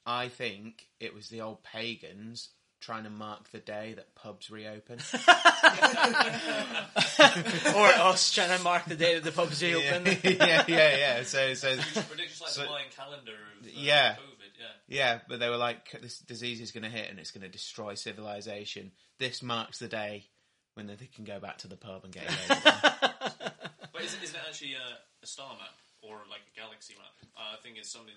S1: I think it was the old pagans trying to mark the day that pubs
S4: <laughs>
S1: reopen.
S4: <laughs> or us trying to mark the day <laughs> that the pubs
S1: yeah.
S4: reopen.
S1: <laughs> yeah, yeah, yeah. So, so
S3: Predicts
S1: <laughs>
S3: like
S1: So-
S3: the Mayan calendar of uh,
S1: Yeah.
S3: COVID. Yeah.
S1: Yeah, but they were like, this disease is going to hit and it's going to destroy civilization. This marks the day when they can go back to the pub and get away. with it.
S3: But isn't, isn't it actually a, a star map or like a galaxy map? Uh, I think it's something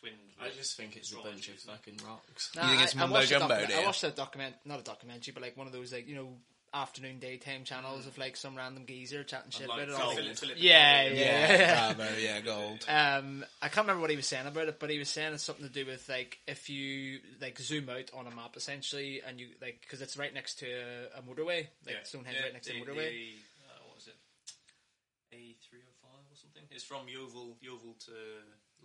S3: twinned.
S2: I
S3: with
S2: just think it's a
S3: astrology,
S2: bunch of
S3: isn't it?
S2: fucking rocks.
S4: Nah,
S1: think it's mumbo
S4: watched a
S1: jumbo,
S4: document-
S1: do you?
S4: I watched a document, not a documentary, but like one of those like you know afternoon daytime channels of like some random geezer chatting shit about
S3: Like
S4: it. all.
S3: oh, Philip- Philip and
S4: Yeah, <laughs>
S3: Philip.
S4: yeah, yeah.
S1: bravo, yeah, gold.
S4: Um, I can't remember what he was saying about it, but he was saying it's something to do with like if you like zoom out on a map essentially, and you like because it's right next to a, a motorway, like
S3: Yeah.
S4: Stonehenge
S3: Yeah,
S4: right next to
S3: the-
S4: a motorway.
S3: the, uh, what was it? A three hundred five or something. It's from Yeovil, Yeovil to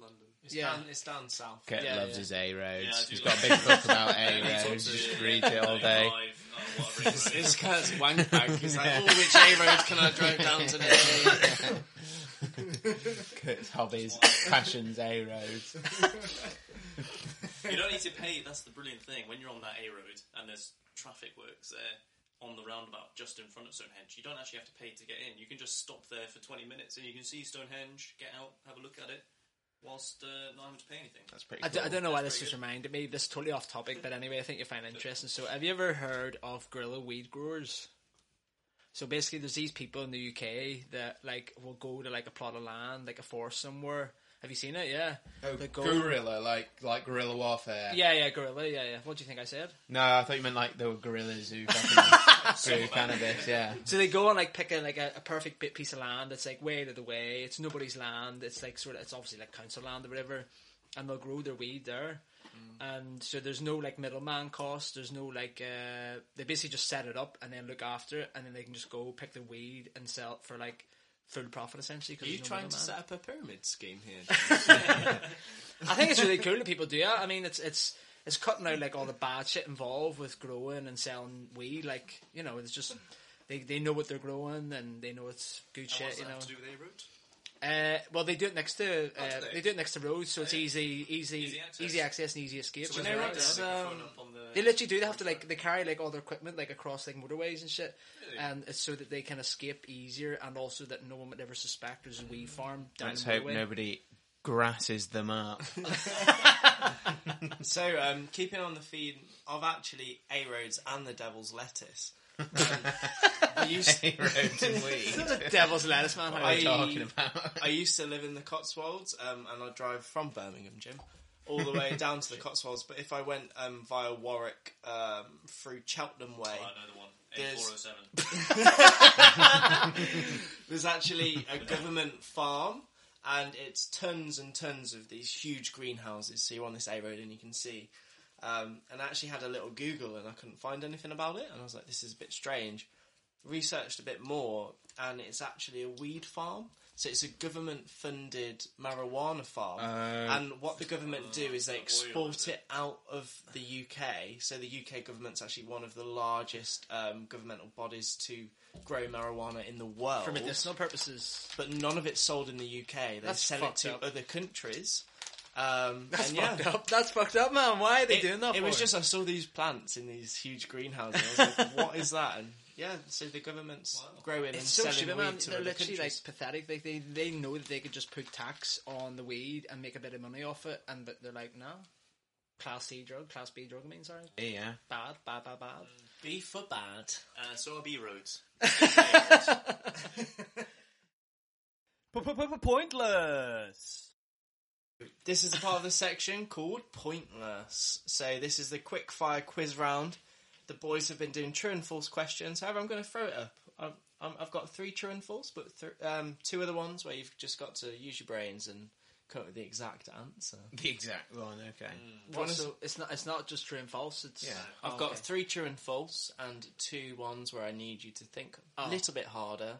S3: London.
S2: It's,
S4: Yeah.
S2: down, it's down south.
S1: Kurt
S4: Yeah,
S1: loves
S4: yeah.
S1: his A roads.
S3: Yeah, I do
S1: He's
S3: like
S1: got a big book about <laughs> A
S3: Yeah,
S1: roads.
S3: to-
S1: Just reads it all <laughs> day.
S3: 35, uh, what a
S1: <laughs>
S3: ring road.
S2: <laughs> It's Kurt's wank bag. He's like, oh, which A road can I drive down today?
S1: Kurt's hobbies, passions, A roads.
S3: you don't need to pay. That's the brilliant thing. When you're on that A road and there's traffic works there on the roundabout just in front of Stonehenge, you don't actually have to pay to get in. You can just stop there for 20 minutes and you can see Stonehenge, get out, have a look at it, whilst uh, not having to pay anything.
S1: That's pretty
S4: I, d-
S1: cool.
S4: I don't know why this
S3: pretty
S4: just
S3: good.
S4: reminded me. This is totally off topic, but anyway, I think you find it interesting. So, have you ever heard of gorilla weed growers? So basically, there's these people in the UK that like will go to like a plot of land, like a forest somewhere. Have you seen it? Yeah.
S1: Oh,
S4: They go-
S1: gorilla, like like guerrilla warfare.
S4: Yeah, yeah, gorilla. Yeah, yeah. What do you think I said?
S1: No, I thought you meant like the gorillas <laughs> who fucking grew cannabis. Yeah.
S4: So they go and like pick a like a, a perfect bit piece of land that's like way out of the way. It's nobody's land. It's like sort of it's obviously like council land or whatever, and they'll grow their weed there.
S2: Mm.
S4: And so there's no like middleman cost. There's no like uh, they basically just set it up and then look after it, and then they can just go pick the weed and sell it for like full profit essentially.
S2: Are
S4: Cause
S2: you
S4: there's no
S2: trying to
S4: middleman.
S2: set up a pyramid scheme here?
S4: I think
S2: <laughs>
S4: it's really cool that people do that. I mean, it's it's it's cutting out like all the bad shit involved with growing and selling weed. Like you know, it's just they they know what they're growing and they know it's good
S3: And
S4: shit.
S3: what's
S4: You
S3: that
S4: know,
S3: have to do with A route?
S4: Uh, well, they do it next to uh,
S3: do
S4: they?
S3: they?
S4: do it next to roads, so it's easy, easy, easy
S3: Easy
S4: access,
S3: access.
S4: and easy escape.
S3: So
S4: Which
S3: when
S4: is
S3: they
S2: know
S4: right.
S3: write
S2: what's,
S3: the microphone
S2: um,
S3: up on the
S4: They literally do. They have to like they carry like all their equipment like across like motorways and shit,
S3: Really?
S4: and it's so that they can escape easier, and also that no one would ever suspect there's a wee farm down
S1: Let's
S4: the
S1: hope
S4: motorway.
S1: nobody grasses them <laughs> up.
S2: So, um, keeping on the theme of actually A Roads and the Devil's Lettuce. um, I,
S1: <laughs>
S2: <laughs> used
S1: Hey, roads and <laughs> weed.
S4: It's the devil's lettuce, man.
S1: What are
S4: How
S1: we
S2: I-
S1: talking about?
S2: I used to live in the Cotswolds, um, and I drive from Birmingham, Jim, all the way down to the Cotswolds. But if I went um, via Warwick um, through Cheltenham Way,
S3: Oh, I know the one.
S2: There's-
S3: A407.
S2: there's actually a government farm, and it's tons and tons of these huge greenhouses. So you're on this A road, and you can see. Um, and I actually had a little Google, and I couldn't find anything about it. And I was like, this is a bit strange. Researched a bit more, and it's actually a weed farm. So it's a government-funded marijuana farm, and what the government do is they
S3: oil, is
S2: export
S3: it?
S2: it out of the UK. So the UK government's actually one of the largest um, governmental bodies to grow marijuana in the world
S4: for medicinal purposes.
S2: but none of it's sold in the UK. They
S4: That's
S2: sell it
S4: fucked
S2: to
S4: up.
S2: other countries. Um,
S4: That's
S2: and yeah,
S4: fucked up. That's fucked up, man. Why are they
S2: It,
S4: doing that?
S2: it
S4: for?
S2: was just I saw these plants in these huge greenhouses. I was like, <laughs> what is that? And yeah, so the government's
S3: Wow.
S2: growing and
S4: It's so
S2: selling
S4: stupid,
S2: weed
S4: man.
S2: to
S4: They're
S2: other
S4: literally
S2: countries.
S4: like pathetic. Like they they know that they could just put tax on the weed and make a bit of money off it, and but they're like, no, class C drug, class B drug. I mean, sorry,
S1: <laughs> yeah.
S4: bad, bad, bad, bad.
S2: be for bad.
S3: Uh, so are B roads.
S7: Pointless.
S2: This is a part of the section called Pointless. So this is the quick fire quiz round. The boys have been doing true and false questions. However, I'm going to throw it up. I've, I'm- I've got three true and false, but th- um, two other ones where you've just got to use your brains and come up with the exact answer.
S1: The exact one. Okay.
S4: What,
S2: is-
S4: so it's not it's not just true and false. It's
S1: Yeah.
S2: I've
S4: Oh,
S2: got
S4: okay.
S2: three true and false and two ones where I need you to think a
S4: Oh.
S2: little bit harder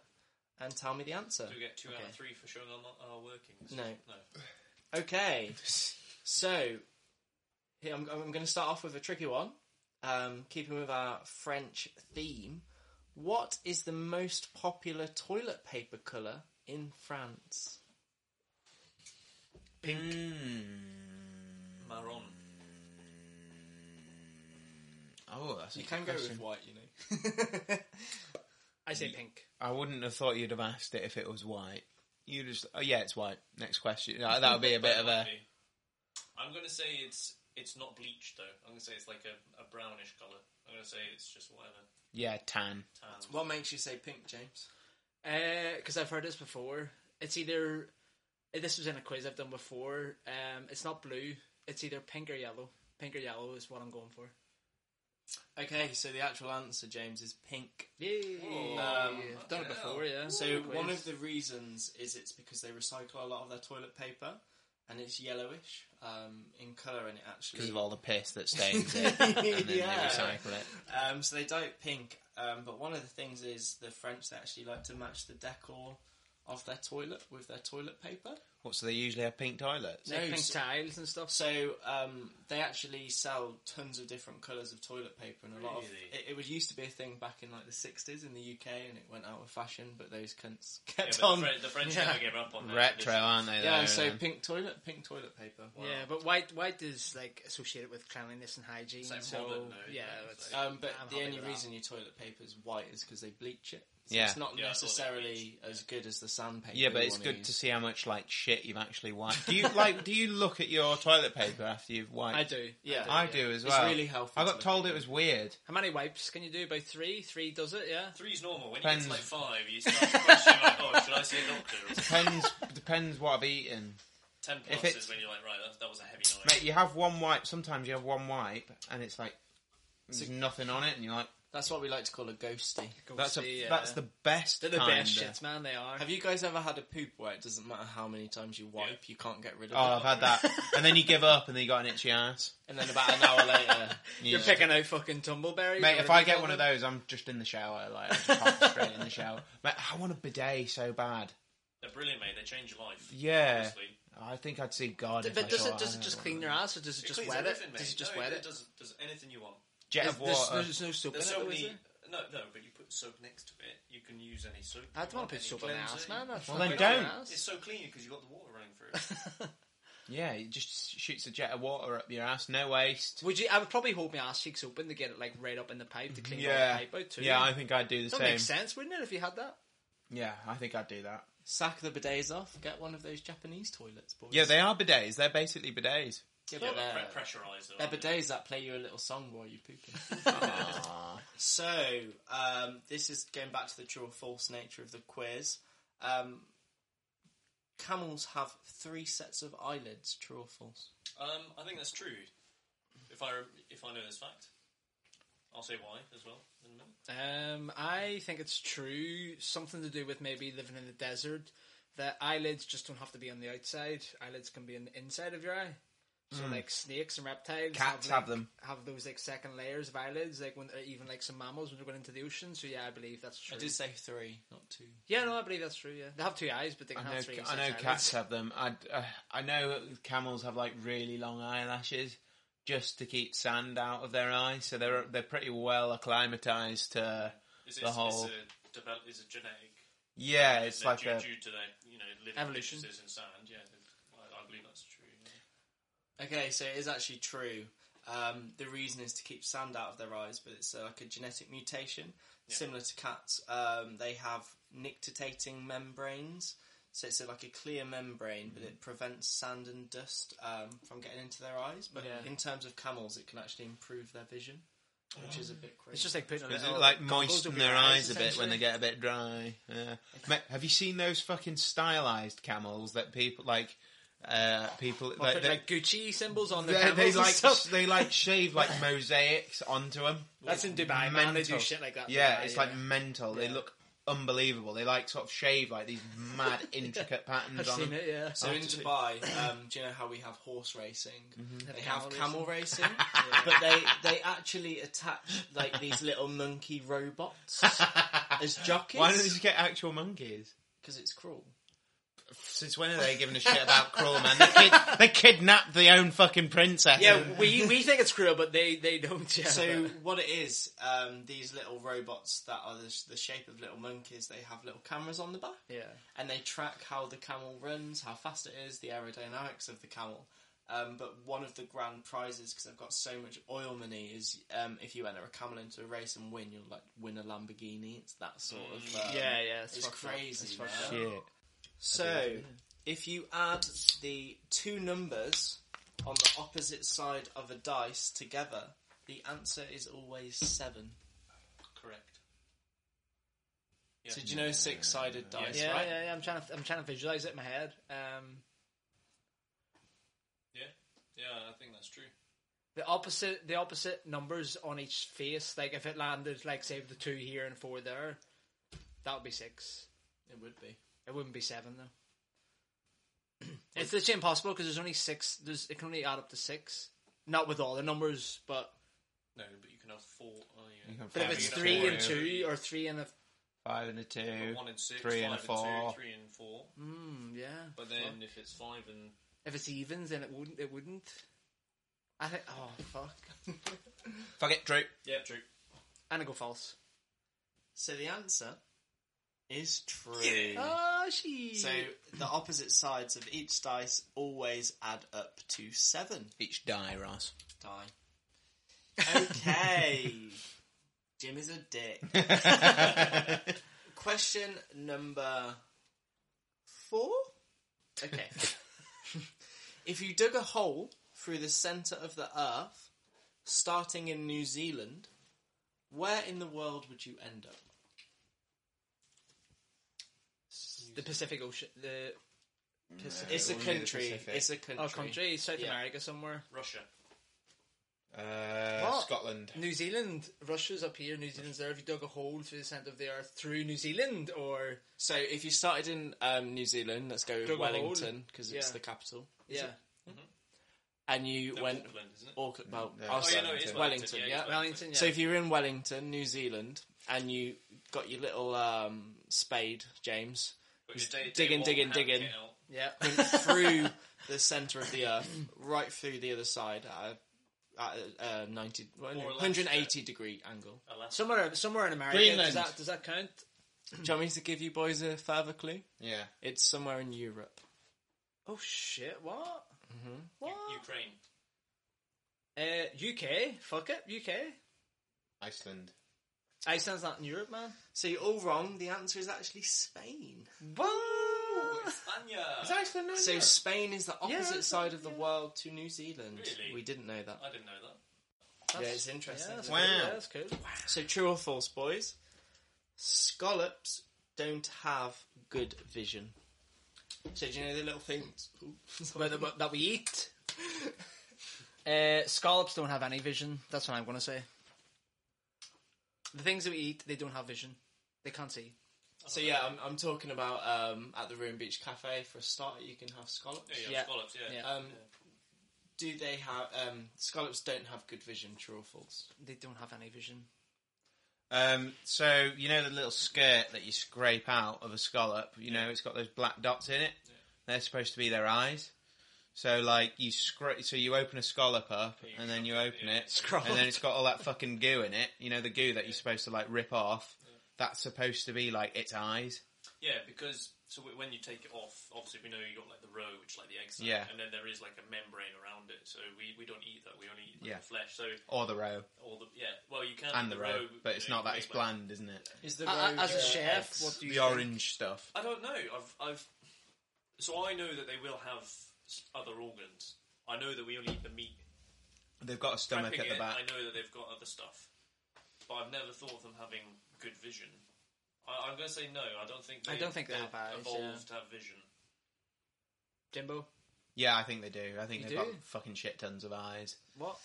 S2: and tell me the answer.
S3: Do we get two out
S2: Okay.
S3: of three for showing our, mo- our workings?
S2: No.
S3: No.
S2: Okay. So, here, I'm, I'm going to start off with a tricky one. Um, keeping with our French theme, what is the most popular toilet paper colour in France?
S4: pink.
S2: Mm.
S3: Maron.
S1: Oh, that's a
S2: You
S1: good
S2: can go
S1: question.
S2: with white, you know.
S4: <laughs>
S2: Mm.
S4: I say pink.
S1: I wouldn't have thought you'd have asked it if it was white. You just, oh yeah, it's white. Next question. Uh, That would be a bit of a.
S3: I'm going to say it's it's not bleached though. I'm going to say it's like a, a brownish colour. I'm going to say it's just whatever.
S1: Yeah, tan.
S3: Tan.
S2: what makes you say pink, James?
S4: Because Uh, I've heard this before. It's either uh, this was in a quiz I've done before. Um, it's not blue. It's either pink or yellow. Pink or yellow is what I'm going for.
S2: Okay, so the actual answer, James, is pink.
S4: Yay!
S3: Whoa.
S4: Um,
S2: Yeah.
S4: done it before, yeah.
S2: So
S4: Quiz.
S2: one of the reasons is it's because they recycle a lot of their toilet paper, and it's yellowish um, in colour, and it actually
S1: Because of all the piss that stains it. And then
S2: <laughs> Yeah.
S1: they recycle it.
S2: Um, so they dye it pink, um, but one of the things is the French they actually like to match the decor of their toilet with their toilet paper.
S1: What, so they usually have pink toilets?
S4: Like
S2: No,
S4: pink
S2: so-
S4: tiles and stuff.
S2: So um, they actually sell tons of different colours of toilet paper, and a lot of
S3: Really?
S2: it, it was used to be a thing back in like the sixties in the UK, and it went out of fashion. But those cunts <laughs>
S3: Yeah,
S2: kept
S3: but
S2: on.
S3: the, Fre- the French
S2: Yeah.
S3: never gave up on that.
S1: Retro,
S3: tradition.
S1: aren't they?
S2: yeah,
S1: though, um,
S2: so
S1: then?
S2: pink toilet, pink toilet paper.
S4: Yeah, but white white is like associated with cleanliness and hygiene.
S3: It's like
S4: so
S3: modern now,
S4: yeah,
S3: yeah,
S4: it's,
S3: it's
S2: Um, but
S4: I'm
S2: the
S4: happy
S2: only
S4: with that.
S2: reason your toilet paper is white is because they bleach it. So
S1: Yeah.
S2: It's not
S3: Yeah, I thought that
S2: necessarily as good as the sandpaper.
S1: Yeah, but
S2: you
S1: it's
S2: wanna
S1: good
S2: use.
S1: to see how much like shit you've actually wiped. Do you like? Do you look at your toilet paper after you've wiped?
S4: I do.
S2: Yeah.
S1: I
S2: yeah.
S1: do as
S2: It's
S1: well.
S2: really healthy
S1: I
S2: to
S1: got
S2: look
S1: told
S2: at.
S1: it was weird.
S4: How many wipes can you do? About three. Three does it. Yeah.
S3: Three's normal. When you get
S1: Depends.
S3: to like five, you start to question, like, oh, should I see a doctor? Or <laughs> something?
S1: Depends. depends what I've eaten.
S3: Ten
S1: If
S3: plus
S1: it's-
S3: is when you're like, right, that, that was a heavy night.
S1: Mate, you have one wipe. Sometimes you have one wipe, and it's like there's nothing on it, and you're like,
S2: That's what we like to call a ghosty.
S1: that's a,
S4: See, yeah.
S1: that's the best.
S4: They're the
S1: kind
S4: best
S1: of-
S4: shits, man. They are.
S2: Have you guys ever had a poop where it doesn't matter how many times you wipe,
S3: Yeah.
S2: you can't get rid of
S1: Oh, I've had
S2: it?
S1: that. and then you give up, and then you got an itchy ass.
S2: And then about an hour later,
S4: <laughs> You're
S1: Yeah.
S4: picking out fucking tumbleberries.
S1: Mate,
S4: or
S1: if I
S4: whatever
S1: get
S4: you
S1: one of
S4: call
S1: those, I'm just in the shower, like I'm just concentrating in the shower. Mate, I want a bidet so bad.
S3: They're brilliant, mate. They change your life.
S1: Yeah,
S3: Honestly.
S1: I think I'd see God.
S4: them.
S1: if I
S4: But does
S1: saw
S4: it does
S1: I
S4: it just
S1: don't
S4: clean
S1: know.
S4: your ass or does it
S3: It
S4: just
S3: cleans
S4: wet it?
S3: everything, mate.
S4: Does it just
S3: no,
S4: wet
S3: it,
S4: it?
S3: Does, does anything you want.
S1: Jet
S4: There's,
S1: of water.
S4: there's, there's no soap in
S3: There's
S4: it,
S3: so
S4: though, is
S3: many.
S4: there?
S3: No, no, but you put soap next to it. You can use any soap.
S4: I don't
S3: you
S4: want to put
S3: any
S4: soap in my ass,
S3: cleanser.
S4: man. I'd
S1: Well, then
S4: fucking put it in
S1: don't.
S4: my ass.
S3: It's so clean because you've got the water running
S4: <laughs>
S3: through it.
S1: Yeah, it just shoots a jet of water up your ass. No waste.
S4: Would you? I would probably hold my ass cheeks open to get it like right up in the pipe to clean all
S1: Yeah,
S4: the pipe out too.
S1: yeah, I think I'd do the
S4: that
S1: same.
S4: makes sense, wouldn't it? If you had that,
S1: Yeah, I think I'd do that.
S2: sack the bidets off, get one of those Japanese toilets, boys.
S1: Yeah, they are bidets. They're basically bidets.
S2: Yeah,
S3: Yeah,
S2: but
S3: but
S2: they're,
S3: pre- pressurised. though,
S2: they're
S3: aren't they?
S2: bidets that play you a little song while you're pooping. <laughs> so, um, this is going back to the true or false nature of the quiz. Um, camels have three sets of eyelids, true or false?
S3: Um, I think that's true. If I if I know this fact, I'll say why as well in a minute.
S4: um, I think it's true. Something to do with maybe living in the desert. That eyelids just don't have to be on the outside. Eyelids can be on the inside of your eye. So like snakes and reptiles,
S1: Hmm. Cats
S4: like,
S1: have them.
S4: Have those like second layers of eyelids, like when uh, even like some mammals when they're going into the ocean. So yeah, I believe that's true.
S2: I did say three, not two.
S4: Yeah, no, I believe that's true. Yeah, they have two eyes, but they
S1: I
S4: can
S1: know,
S4: have three.
S1: I
S4: sets
S1: know
S4: of
S1: cats
S4: eyelids.
S1: have them. I, uh, I know camels have like really long eyelashes just to keep sand out of their eyes, so they're they're pretty well acclimatized to.
S3: Is
S1: The whole-
S3: is a, develop, is a genetic?
S1: Yeah, it's
S3: they're
S1: like
S3: due,
S1: a
S3: due to their you know living
S4: Evolution.
S3: differences in sand. Yeah, they- I, I believe that's true. yeah.
S2: Okay, so it is actually true. Um, the reason is to keep sand out of their eyes, but it's uh, like a genetic mutation, similar to cats. Um, they have nictitating membranes, so it's uh, like a clear membrane, but
S4: Mm-hmm.
S2: it prevents sand and dust um, from getting into their eyes. But
S4: Yeah.
S2: in terms of camels, it can actually improve their vision, which is a bit crazy.
S4: Oh. It's just like putting a
S1: Is
S4: little
S1: it like
S4: goggles
S1: moisten
S4: over your
S1: their eyes a bit
S4: essentially?
S1: when they get a bit dry? Yeah. Mate, have you seen those fucking stylized camels that people like? Uh, people
S4: Or
S1: like
S4: put,
S1: they,
S4: like Gucci
S1: <laughs>
S4: symbols on their
S1: they,
S4: camels
S1: they
S4: and
S1: like
S4: stuff.
S1: they like shave
S4: <laughs>
S1: like mosaics onto them.
S4: That's in Dubai, man. They do
S1: mental.
S4: shit like that. in
S1: Yeah,
S4: Dubai,
S1: it's like mental. They look unbelievable. They like sort of shave like these <laughs> mad intricate patterns
S4: I've
S1: on
S4: seen
S1: them.
S4: it. Yeah.
S2: so in
S1: Absolutely.
S2: Dubai, um, do you know how we have horse racing? They have
S4: Mm-hmm. camel
S2: camel racing, but they they actually attach like these little monkey robots as
S1: <laughs>
S2: jockeys.
S1: Why don't they just get actual monkeys?
S2: Because it's cruel.
S1: Since when are they giving a shit <laughs> about cruel man? They, kid, they kidnapped their own fucking princess.
S4: <laughs> Yeah, we we think it's cruel, but they they don't. Yeah.
S2: So
S4: but-
S2: what it is, um, these little robots that are the, the shape of little monkeys, they have little cameras on the back,
S4: yeah.
S2: and they track how the camel runs, how fast it is, the aerodynamics of the camel. Um, but one of the grand prizes, because I've got so much oil money, is um, if you enter a camel into a race and win, you'll like win a Lamborghini. It's that sort of um,
S4: Yeah, yeah, it's
S2: It's
S4: fucked up.
S2: crazy.
S4: It's fucked
S2: man.
S4: up.
S1: Shit.
S2: So, if you add the two numbers on the opposite side of a dice together, the answer is always seven.
S3: Correct.
S2: So, do you know six sided dice,
S4: Yeah,
S2: right?
S4: yeah, yeah. I'm trying to I'm trying to visualize it in my head. Um,
S3: Yeah, yeah, I think that's true.
S4: the opposite the opposite numbers on each face. Like if it landed, like say the two here and four there, that would be six.
S2: It would be.
S4: It wouldn't be seven though. <clears throat> it's literally impossible because there's only six. There's it can only add up to six. Not with all the numbers, but
S3: No, but you can have four. Oh, yeah.
S1: You can
S4: but
S1: Yeah,
S4: if it's
S1: you
S3: can
S4: three
S3: have
S4: and two or three and a
S1: Five and a
S3: four,
S1: two.
S3: One and six,
S1: three
S3: five
S1: and a four.
S3: two, three and four.
S4: mm, yeah.
S3: But then if it's five and
S4: If it's evens, then it wouldn't. It wouldn't. I think. Oh fuck! <laughs>
S1: Fuck it, Drew.
S3: yeah, true.
S4: I'm gonna go false.
S2: So, the answer is true.
S4: Oh, she.
S2: So, the opposite sides of each dice always add up to seven.
S1: Each die, Ross.
S2: Die.
S4: <laughs> <laughs>
S2: Okay. Jim is a dick. Question number four.
S4: <laughs>
S2: Okay. if you dug a hole through the centre of the earth, starting in New Zealand, where in the world would you end up?
S4: The Pacific Ocean, the Pacific.
S2: It's a
S1: wouldn't be Uh, the
S2: country.
S1: Pacific.
S2: It's a country.
S4: oh, country, South
S2: Yeah.
S4: America somewhere.
S3: Russia.
S1: Uh,
S4: What?
S1: Scotland.
S4: New Zealand, Russia's up here, New Zealand's there. If you dug a hole through the centre of the earth through New Zealand, or
S2: So if you started in um, New Zealand, let's go with
S4: Dug a hole.
S2: Wellington because it's
S4: Yeah.
S2: the capital.
S4: yeah,
S2: And you
S3: No,
S2: went
S3: Auckland, isn't it?
S2: Auckland. Well,
S1: No,
S2: I'll
S1: it's
S3: oh,
S2: say
S3: yeah, no, it is
S1: Wellington.
S2: Mm. Wellington.
S3: Wellington.
S2: yeah.
S3: it's
S4: Wellington, yeah.
S2: So if you're in Wellington, New Zealand, and you got your little um, spade, James,
S3: But your day- day
S2: digging,
S3: one
S2: digging,
S3: had
S2: digging.
S3: to get out.
S4: yeah,
S2: went <laughs> through the centre of the earth, right through the other side at a, at a, uh, 90, well, no,
S3: More or less,
S2: 180 degree angle.
S3: Alaska.
S4: somewhere, somewhere in America.
S1: Greenland.
S4: Does that, does that count?
S2: Do you want me to give you boys a further clue?
S1: Yeah.
S2: It's somewhere in Europe.
S4: Oh shit! What? What?
S3: Ukraine.
S4: Uh, UK. Fuck it, UK.
S1: Iceland.
S4: Iceland's not in Europe, man.
S2: So you're all wrong. The answer is actually Spain.
S4: What?
S3: Spania.
S1: Iceland not
S2: So Spain is the opposite
S4: Yeah.
S2: side of the world to New Zealand.
S3: Really?
S2: We didn't know that.
S3: I didn't know that.
S2: yeah, it's interesting.
S4: that's
S1: Wow.
S4: cool. Yeah, that's cool.
S2: So true or false, boys? Scallops don't have good vision. So do you know the little <laughs> things
S4: But the- but that we eat. Uh, scallops don't have any vision. That's what I'm going to say. The things that we eat, they don't have vision. They can't see.
S2: So yeah, I'm, I'm talking about um, at the Room Beach Cafe for a start. You can have scallops.
S3: Yeah, yeah,
S4: Yeah.
S3: scallops, yeah.
S4: Yeah.
S2: Um, do they have um, scallops? Don't have good vision. True or false?
S4: They don't have any vision.
S1: Um, so you know the little skirt that you scrape out of a scallop. You know it's got those black dots in it. They're supposed to be their eyes. So like you scrape, so you open a scallop up, and then you open it, and then it's got all that fucking goo in it. You know the goo that you're supposed to like rip off. That's supposed to be like its eyes.
S3: Yeah, because so w- when you take it off, obviously we know you got like the roe, which is, like the eggs,
S1: Yeah.
S3: and then there is like a membrane around it. So we, we don't eat that. We only eat like,
S1: Yeah.
S3: the flesh. So
S1: Or the row,
S3: all the yeah, well you can
S1: and
S3: eat
S1: the row,
S3: roe,
S1: but
S3: you
S1: it's
S3: know,
S1: not that
S3: you
S1: it's
S3: make, like-
S1: bland, isn't it?
S2: Is the
S4: A- a- as a
S2: roe-
S4: chef, what do you
S1: The
S4: think?
S1: orange stuff.
S3: I don't know. I've I've so I know that they will have s- other organs. I know that we only eat the meat.
S1: They've got a stomach at
S3: Prepping
S1: the
S3: it,
S1: back.
S3: I know that they've got other stuff, but I've never thought of them having good vision. I, I'm going to say no. I don't think. They,
S4: I don't think they
S3: they've
S4: have eyes,
S3: Evolved
S4: yeah.
S3: to have vision.
S4: Jimbo,
S1: Yeah, I think they do. I think
S4: You
S1: they've got
S4: do?
S1: fucking shit tons of eyes.
S4: <laughs> what?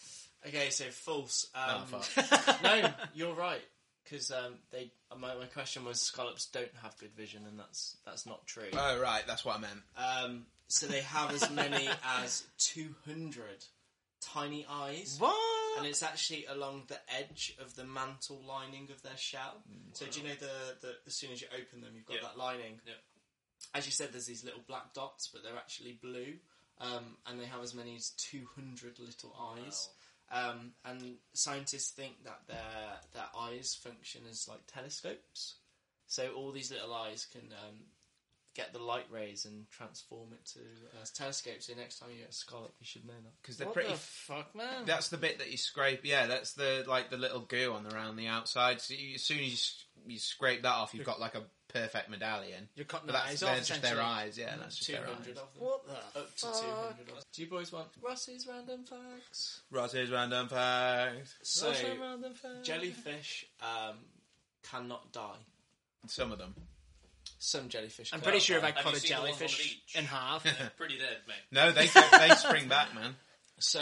S2: Okay, so false.
S1: Oh,
S2: Um,
S1: fuck.
S2: <laughs> no, you're right. Because um, they, my, my question was scallops don't have good vision, and that's that's not true.
S1: oh right, that's what I meant.
S2: Um, so they have as many as 200 tiny eyes.
S4: What?
S2: and it's actually along the edge of the mantle lining of their shell. So do you know the, the as soon as you open them, you've got
S3: Mm, Yeah.
S2: that lining.
S3: Yeah.
S2: As you said, there's these little black dots, but they're actually blue, um, and they have as many as 200 little eyes. Um, and scientists think that their their eyes function as like telescopes. So all these little eyes can um, get the light rays and transform it to uh, telescopes. So next time you get a scallop, you should know that.
S1: Because they're
S4: what
S1: pretty.
S4: the fuck, man?
S1: that's the bit that you scrape. Yeah, that's the like the little goo on around the outside. So you, as soon as you, s- you scrape that off, you've got like a perfect medallion.
S4: You're cutting
S1: But
S4: their
S1: that's
S4: eyes
S1: they're
S4: off,
S1: just their
S4: essentially.
S1: eyes. Yeah, that's just their
S2: 200
S1: eyes.
S2: of them.
S4: What the?
S2: Up to 200 dollars. Do you boys want Ross's random facts?
S1: Ross's random fact.
S2: So,
S4: Russia random fact.
S2: jellyfish um, cannot die.
S1: Some of them.
S2: Some jellyfish
S4: I'm
S2: can
S4: pretty sure if I
S3: Have you
S4: cut a
S3: seen the ones on the
S4: jellyfish
S3: beach?
S4: in half. <laughs>
S3: Pretty dead, mate.
S1: No, they they spring back, man.
S2: So,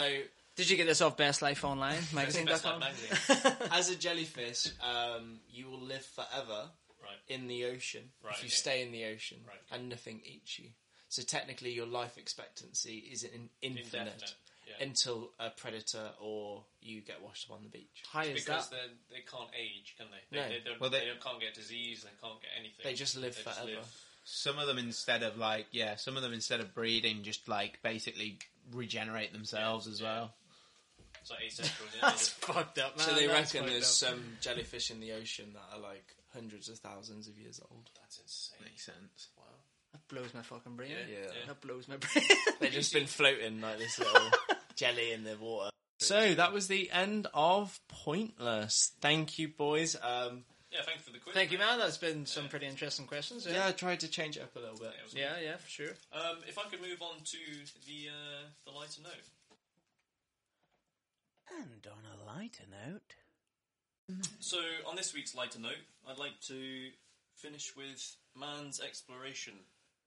S4: Did you get this off Best Life Online magazine?
S3: Best
S4: dot com?
S3: life magazine.
S2: as a jellyfish, um, you will live forever
S3: Right.
S2: in the ocean
S3: Right,
S2: if you
S3: okay.
S2: stay in the ocean
S3: Right.
S2: and nothing eats you. So, technically, your life expectancy is in- infinite
S3: Indefinite. Yeah.
S2: until a predator or you get washed up on the beach.
S4: <laughs> High <laughs> is
S3: because
S4: that?
S3: then they can't age, can they? They,
S2: No.
S3: they don't.
S1: Well,
S3: they,
S1: they-
S3: don't, can't get disease. They can't get anything.
S2: They just live
S3: They
S2: forever.
S1: Some of them instead of like yeah, some of them instead of breeding, just like basically regenerate themselves as well.
S3: It's like asexual. isn't
S4: <laughs>
S3: it? They
S4: <laughs> That's
S3: just-
S4: fucked up, man.
S2: So they
S4: That's
S2: reckon
S4: fucked
S2: there's
S4: up.
S2: some jellyfish in the ocean that are like hundreds of thousands of years old.
S3: That's insane.
S1: Makes sense.
S4: That blows my fucking brain.
S3: Yeah.
S2: Yeah.
S4: That blows my brain. <laughs>
S2: They've just been floating like this little jelly in the water. So that was the end of Pointless. Thank you, boys. Um,
S3: Yeah, thanks for the quiz.
S4: Thank you, man. That's been some pretty interesting questions.
S2: Yeah,
S4: Yeah,
S2: I tried to change it up a little bit.
S3: it was-
S4: yeah, yeah for sure.
S3: Um, if I could move on to the uh, the lighter note.
S6: And on a lighter note,
S3: So, on this week's lighter note, I'd like to finish with man's exploration.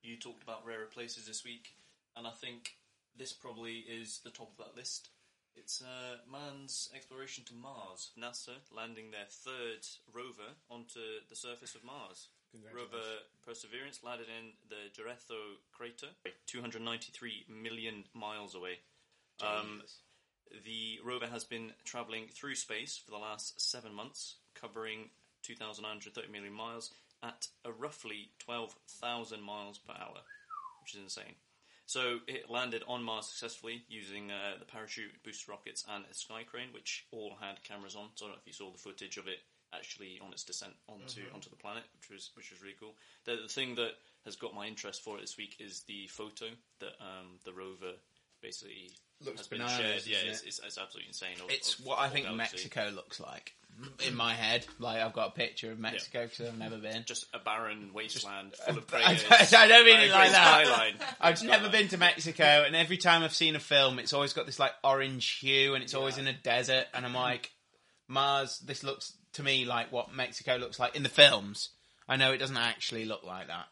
S3: You talked about rarer places this week, and I think this probably is the top of that list. It's uh, man's exploration to Mars. NASA landing their third rover onto the surface of Mars. Rover Perseverance landed in the Geretho crater, 293 million miles away. Um, the rover has been travelling through space for the last seven months, covering 2,930 million miles at a roughly 12,000 miles per hour, which is insane. So it landed on Mars successfully using uh, the parachute, booster rockets, and a sky crane, which all had cameras on. So I don't know if you saw the footage of it actually on its descent onto
S1: Mm-hmm.
S3: onto the planet, which was which was really cool. The, the thing that has got my interest for it this week is the photo that um, the rover basically
S1: Looks
S3: has been
S1: bananas,
S3: shared. Yeah,
S1: isn't
S3: it's,
S1: it?
S3: it's, it's absolutely insane. of-
S1: It's
S3: of-
S1: what I
S3: of
S1: think
S3: galaxy.
S1: Mexico looks like in my head. Like I've got a picture of Mexico because I've never been.
S3: Just a barren wasteland full of
S1: <laughs> I,
S3: prayers.
S1: don't- I don't mean
S3: Very
S1: it like
S3: great
S1: that.
S3: Skyline.
S1: I've never been to Mexico, and every time I've seen a film, it's always got this like orange hue, and it's always in a desert, and I'm like, Mars. This looks to me like what Mexico looks like in the films. I know it doesn't actually look like that.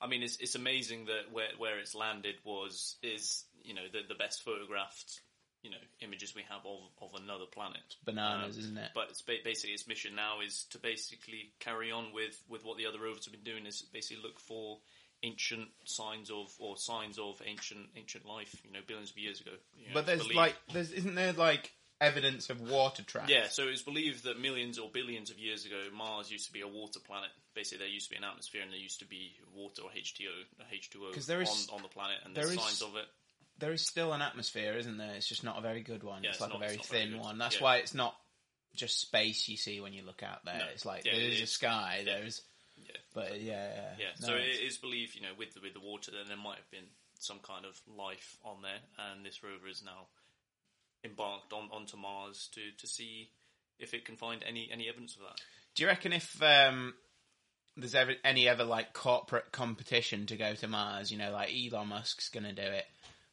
S3: I mean, it's it's amazing that where where it's landed was is you know the the best photographed you know images we have of of another planet.
S1: Bananas, isn't it?
S3: But it's ba- basically its mission now is to basically carry on with with what the other rovers have been doing is basically look for ancient signs of or signs of ancient ancient life. You know, billions of years ago. You know,
S1: But there's
S3: believed-
S1: like, there's isn't there like evidence of water tracks?
S3: Yeah, so it's believed that millions or billions of years ago, Mars used to be a water planet. Basically, there used to be an atmosphere and there used to be water or H2O, H2O
S1: 'Cause there is-
S3: on, on the planet, and
S1: there
S3: there's
S1: is-
S3: signs of it.
S1: there is still an atmosphere, isn't there? It's just not a very good one.
S3: Yeah,
S1: it's,
S3: it's
S1: like
S3: not-
S1: a very
S3: it's not very
S1: thin
S3: good.
S1: one. That's
S3: Yeah.
S1: why it's not just space you see when you look out there.
S3: No.
S1: It's like
S3: Yeah,
S1: there
S3: it
S1: is a
S3: is.
S1: sky.
S3: Yeah.
S1: There is,
S3: Yeah.
S1: but yeah,
S3: Yeah,
S1: No,
S3: so it
S1: it's-
S3: is believed, you know, with the, with the water, then there might have been some kind of life on there, and this rover is now embarked on onto Mars to to see if it can find any any evidence of that.
S1: Do you reckon if um, there's ever any other like corporate competition to go to Mars? You know, like Elon Musk's gonna do it.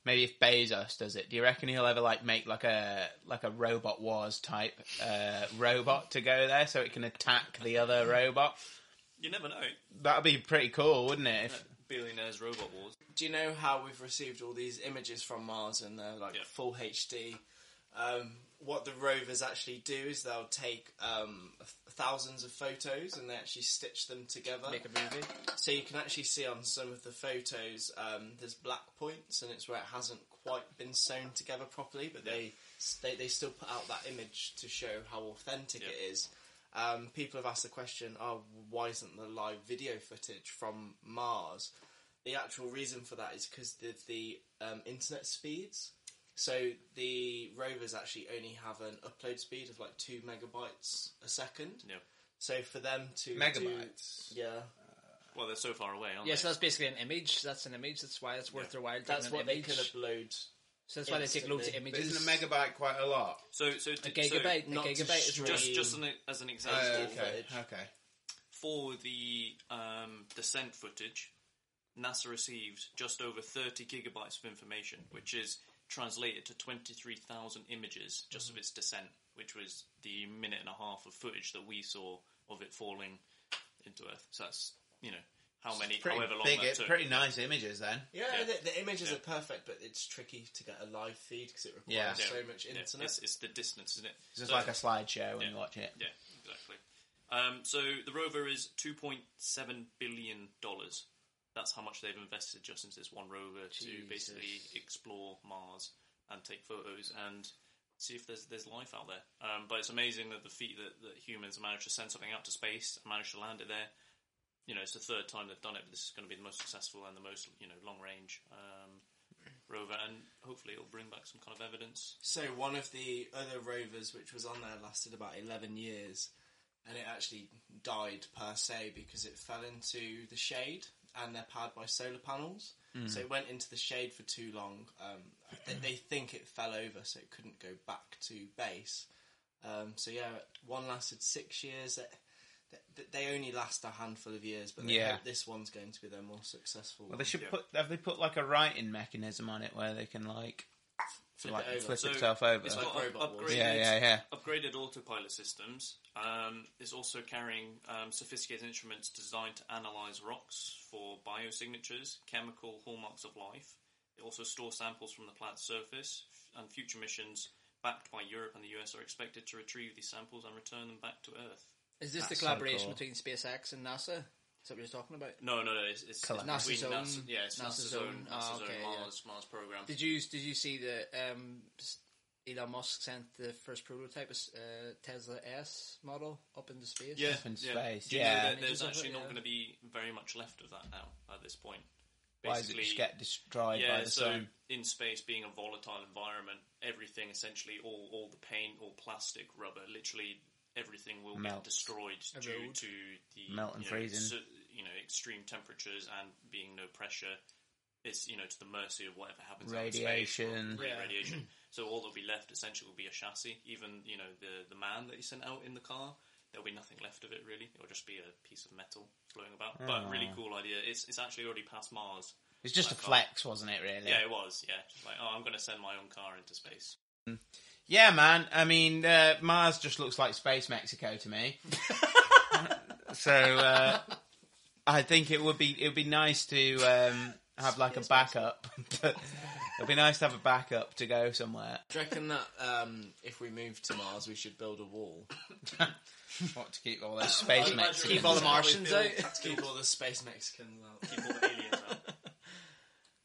S1: Maybe if Bezos does it, do you reckon he'll ever like make like a like a robot wars type uh, robot to go there so it can attack the other robot?
S3: You never know.
S1: That'd be pretty cool, wouldn't it? If,
S3: Billionaires robot wars.
S2: Do you know how we've received all these images from Mars and they're like
S3: Yeah.
S2: full HD? Um, what the rovers actually do is they'll take um, thousands of photos and they actually stitch them together.
S4: Make a movie.
S2: So you can actually see on some of the photos, um, there's black points, and it's where it hasn't quite been sewn together properly. But they they, they still put out that image to show how authentic
S3: Yeah.
S2: it is. Um, people have asked the question, "Oh, why isn't there live video footage from Mars?" The actual reason for that is because of the um, internet speeds. So the rovers actually only have an upload speed of like two megabytes a second.
S3: Yeah.
S2: So for them to do-
S1: Megabytes?
S2: yeah.
S3: Well, they're so far away, aren't
S4: Yeah,
S3: they?
S4: so that's basically an image. That's an image. That's why it's worth their while. taking
S2: That's
S4: an
S2: what they
S4: image.
S2: could upload.
S4: So that's why they take loads of
S2: Instantly.
S1: but
S4: images.
S1: megabyte quite a lot?
S3: so, so,
S4: a
S3: so
S4: gigabyte.
S2: not
S4: a
S2: to
S4: gigabyte is Uh,
S2: shrink-
S4: really
S3: Just, just an, as an
S1: Oh,
S3: example,
S1: okay,
S2: footage.
S1: okay.
S3: for the um, descent footage, NASA received just over 30 gigabytes of information, which is translated to 23,000 images just
S1: Mm-hmm.
S3: of its descent, which was the minute and a half of footage that we saw of it falling into Earth. So that's, you know, how many,
S1: Pretty
S3: however long
S1: big,
S3: that took.
S1: pretty nice images then.
S2: Yeah,
S3: Yeah.
S2: The, the images
S3: Yeah.
S2: are perfect, but it's tricky to get a live feed because it
S1: Yeah.
S2: requires so much
S3: Yeah,
S2: internet.
S3: it's, it's the distance, isn't it?
S1: It's just
S3: So-
S1: like a slideshow when
S3: Yeah.
S1: you watch it.
S3: Yeah, exactly. Um, so the rover is two point seven billion dollars. That's how much they've invested just into this one rover to
S4: Jesus.
S3: basically explore Mars and take photos and see if there's there's life out there. Um, but it's amazing that the feat that, that humans managed to send something out to space and managed to land it there. You know, it's the third time they've done it, but this is going to be the most successful and the most you know long range um, rover, and hopefully it'll bring back some kind of evidence.
S2: So one of the other rovers which was on there lasted about eleven years, and it actually died per se because it fell into the shade, and they're powered by solar panels.
S1: Hmm.
S2: So it went into the shade for too long. Um, they, they think it fell over, so it couldn't go back to base. Um, so yeah, one lasted six years. It- th- they only last a handful of years, but they
S1: Yeah.
S2: hope this one's going to be their more successful.
S1: Well,
S2: one.
S1: they should
S3: Yeah.
S1: put. Have they put like a writing mechanism on it where they can like
S2: Flip
S1: like
S2: it over.
S1: flip
S3: So,
S1: itself over?
S3: It's
S2: like
S3: got
S2: robot
S3: up-
S2: wars.
S3: upgraded,
S1: yeah, yeah, yeah.
S3: upgraded autopilot systems. Um, it's also carrying um, sophisticated instruments designed to analyze rocks for biosignatures, chemical hallmarks of life. It also stores samples from the planet's surface, f- and future missions backed by Europe and the US are expected to retrieve these samples and return them back to Earth.
S4: Is this
S1: That's
S4: the
S1: so
S4: collaboration
S1: cool.
S4: between SpaceX and NASA? Is that what you're talking about?
S3: No, no, no. It's, it's, it's
S1: Collab.
S3: between
S4: NASA's own-
S3: NASA, yeah, it's NASA's,
S4: NASA's
S3: own,
S4: own-
S3: NASA's
S4: ah,
S3: own
S4: okay, yeah.
S3: Mars Mars program.
S4: Did you did you see that um, s- Elon Musk sent the first prototype of uh, Tesla S model up into space?
S3: yeah,
S1: Up in
S3: yeah.
S1: space,
S3: Do you
S1: yeah.
S3: know that
S4: Images
S3: there's
S4: of it,
S3: actually not
S4: yeah.
S3: going to be very much left of that now at this point.
S1: Why does it just get destroyed
S3: yeah,
S1: by the
S3: so
S1: sun?
S3: in space being a volatile environment, everything essentially all all the paint, all plastic, rubber, literally everything will
S1: Melt.
S3: get destroyed due
S4: Erode.
S3: to the
S1: Melt and
S3: you know,
S1: freezing.
S3: su- you know, extreme temperatures and being no pressure. It's you know to the mercy of whatever happens. out in space,
S1: Radiation.
S3: ra-
S4: Yeah.
S3: radiation. so all that'll be left essentially will be a chassis. Even you know the the man that he sent out in the car. There'll be nothing left of it really. It'll just be a piece of metal floating about. But
S1: Ah.
S3: really cool idea. It's it's actually already past Mars.
S1: It's just a
S3: like that.
S1: flex, wasn't it? Really?
S3: Yeah, it was. Yeah, just like oh, I'm going to send my own car into space.
S1: Yeah, man. I mean, uh, Mars just looks like space Mexico to me. so uh, I think it would be it would be nice to um, have like a backup. <laughs> It'd be nice to have a backup to go somewhere.
S2: Do you reckon that um, if we move to Mars, we should build a wall
S1: What to keep all those space
S3: Imagine-
S1: Mexicans?
S4: Keep all the
S3: Probably
S4: Martians
S3: build-
S4: out.
S2: to keep all the space Mexicans out?
S3: Keep all the aliens out.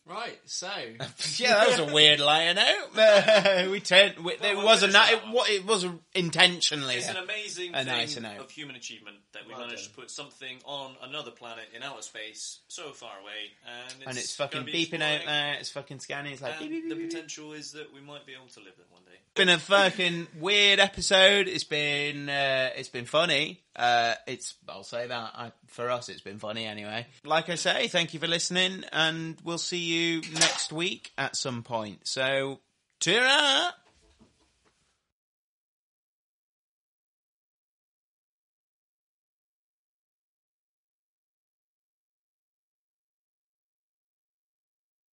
S2: Right, so
S1: <laughs> yeah, that was a weird line out. <laughs> we turned. We, it
S3: we'll
S1: was a
S3: finish
S1: na-
S3: that
S1: it,
S3: one.
S1: wa- it was a, intentionally.
S3: It's
S1: a-
S3: an amazing
S1: A
S3: thing
S1: nice note.
S3: of human achievement that we
S2: Well
S3: managed to put something on another planet in outer space so far away, and it's,
S1: and it's fucking
S3: gonna be
S1: beeping out
S3: exploring,
S1: there. It's fucking scanning. It's like beep, beep,
S3: And the
S1: beep, beep.
S3: potential is that we might be able to live there one day.
S1: It's been a fucking weird episode. It's been uh, it's been funny. Uh, it's I'll say that I, for us, it's been funny anyway. Like I say, thank you for listening, and we'll see you next week at some point. So, ta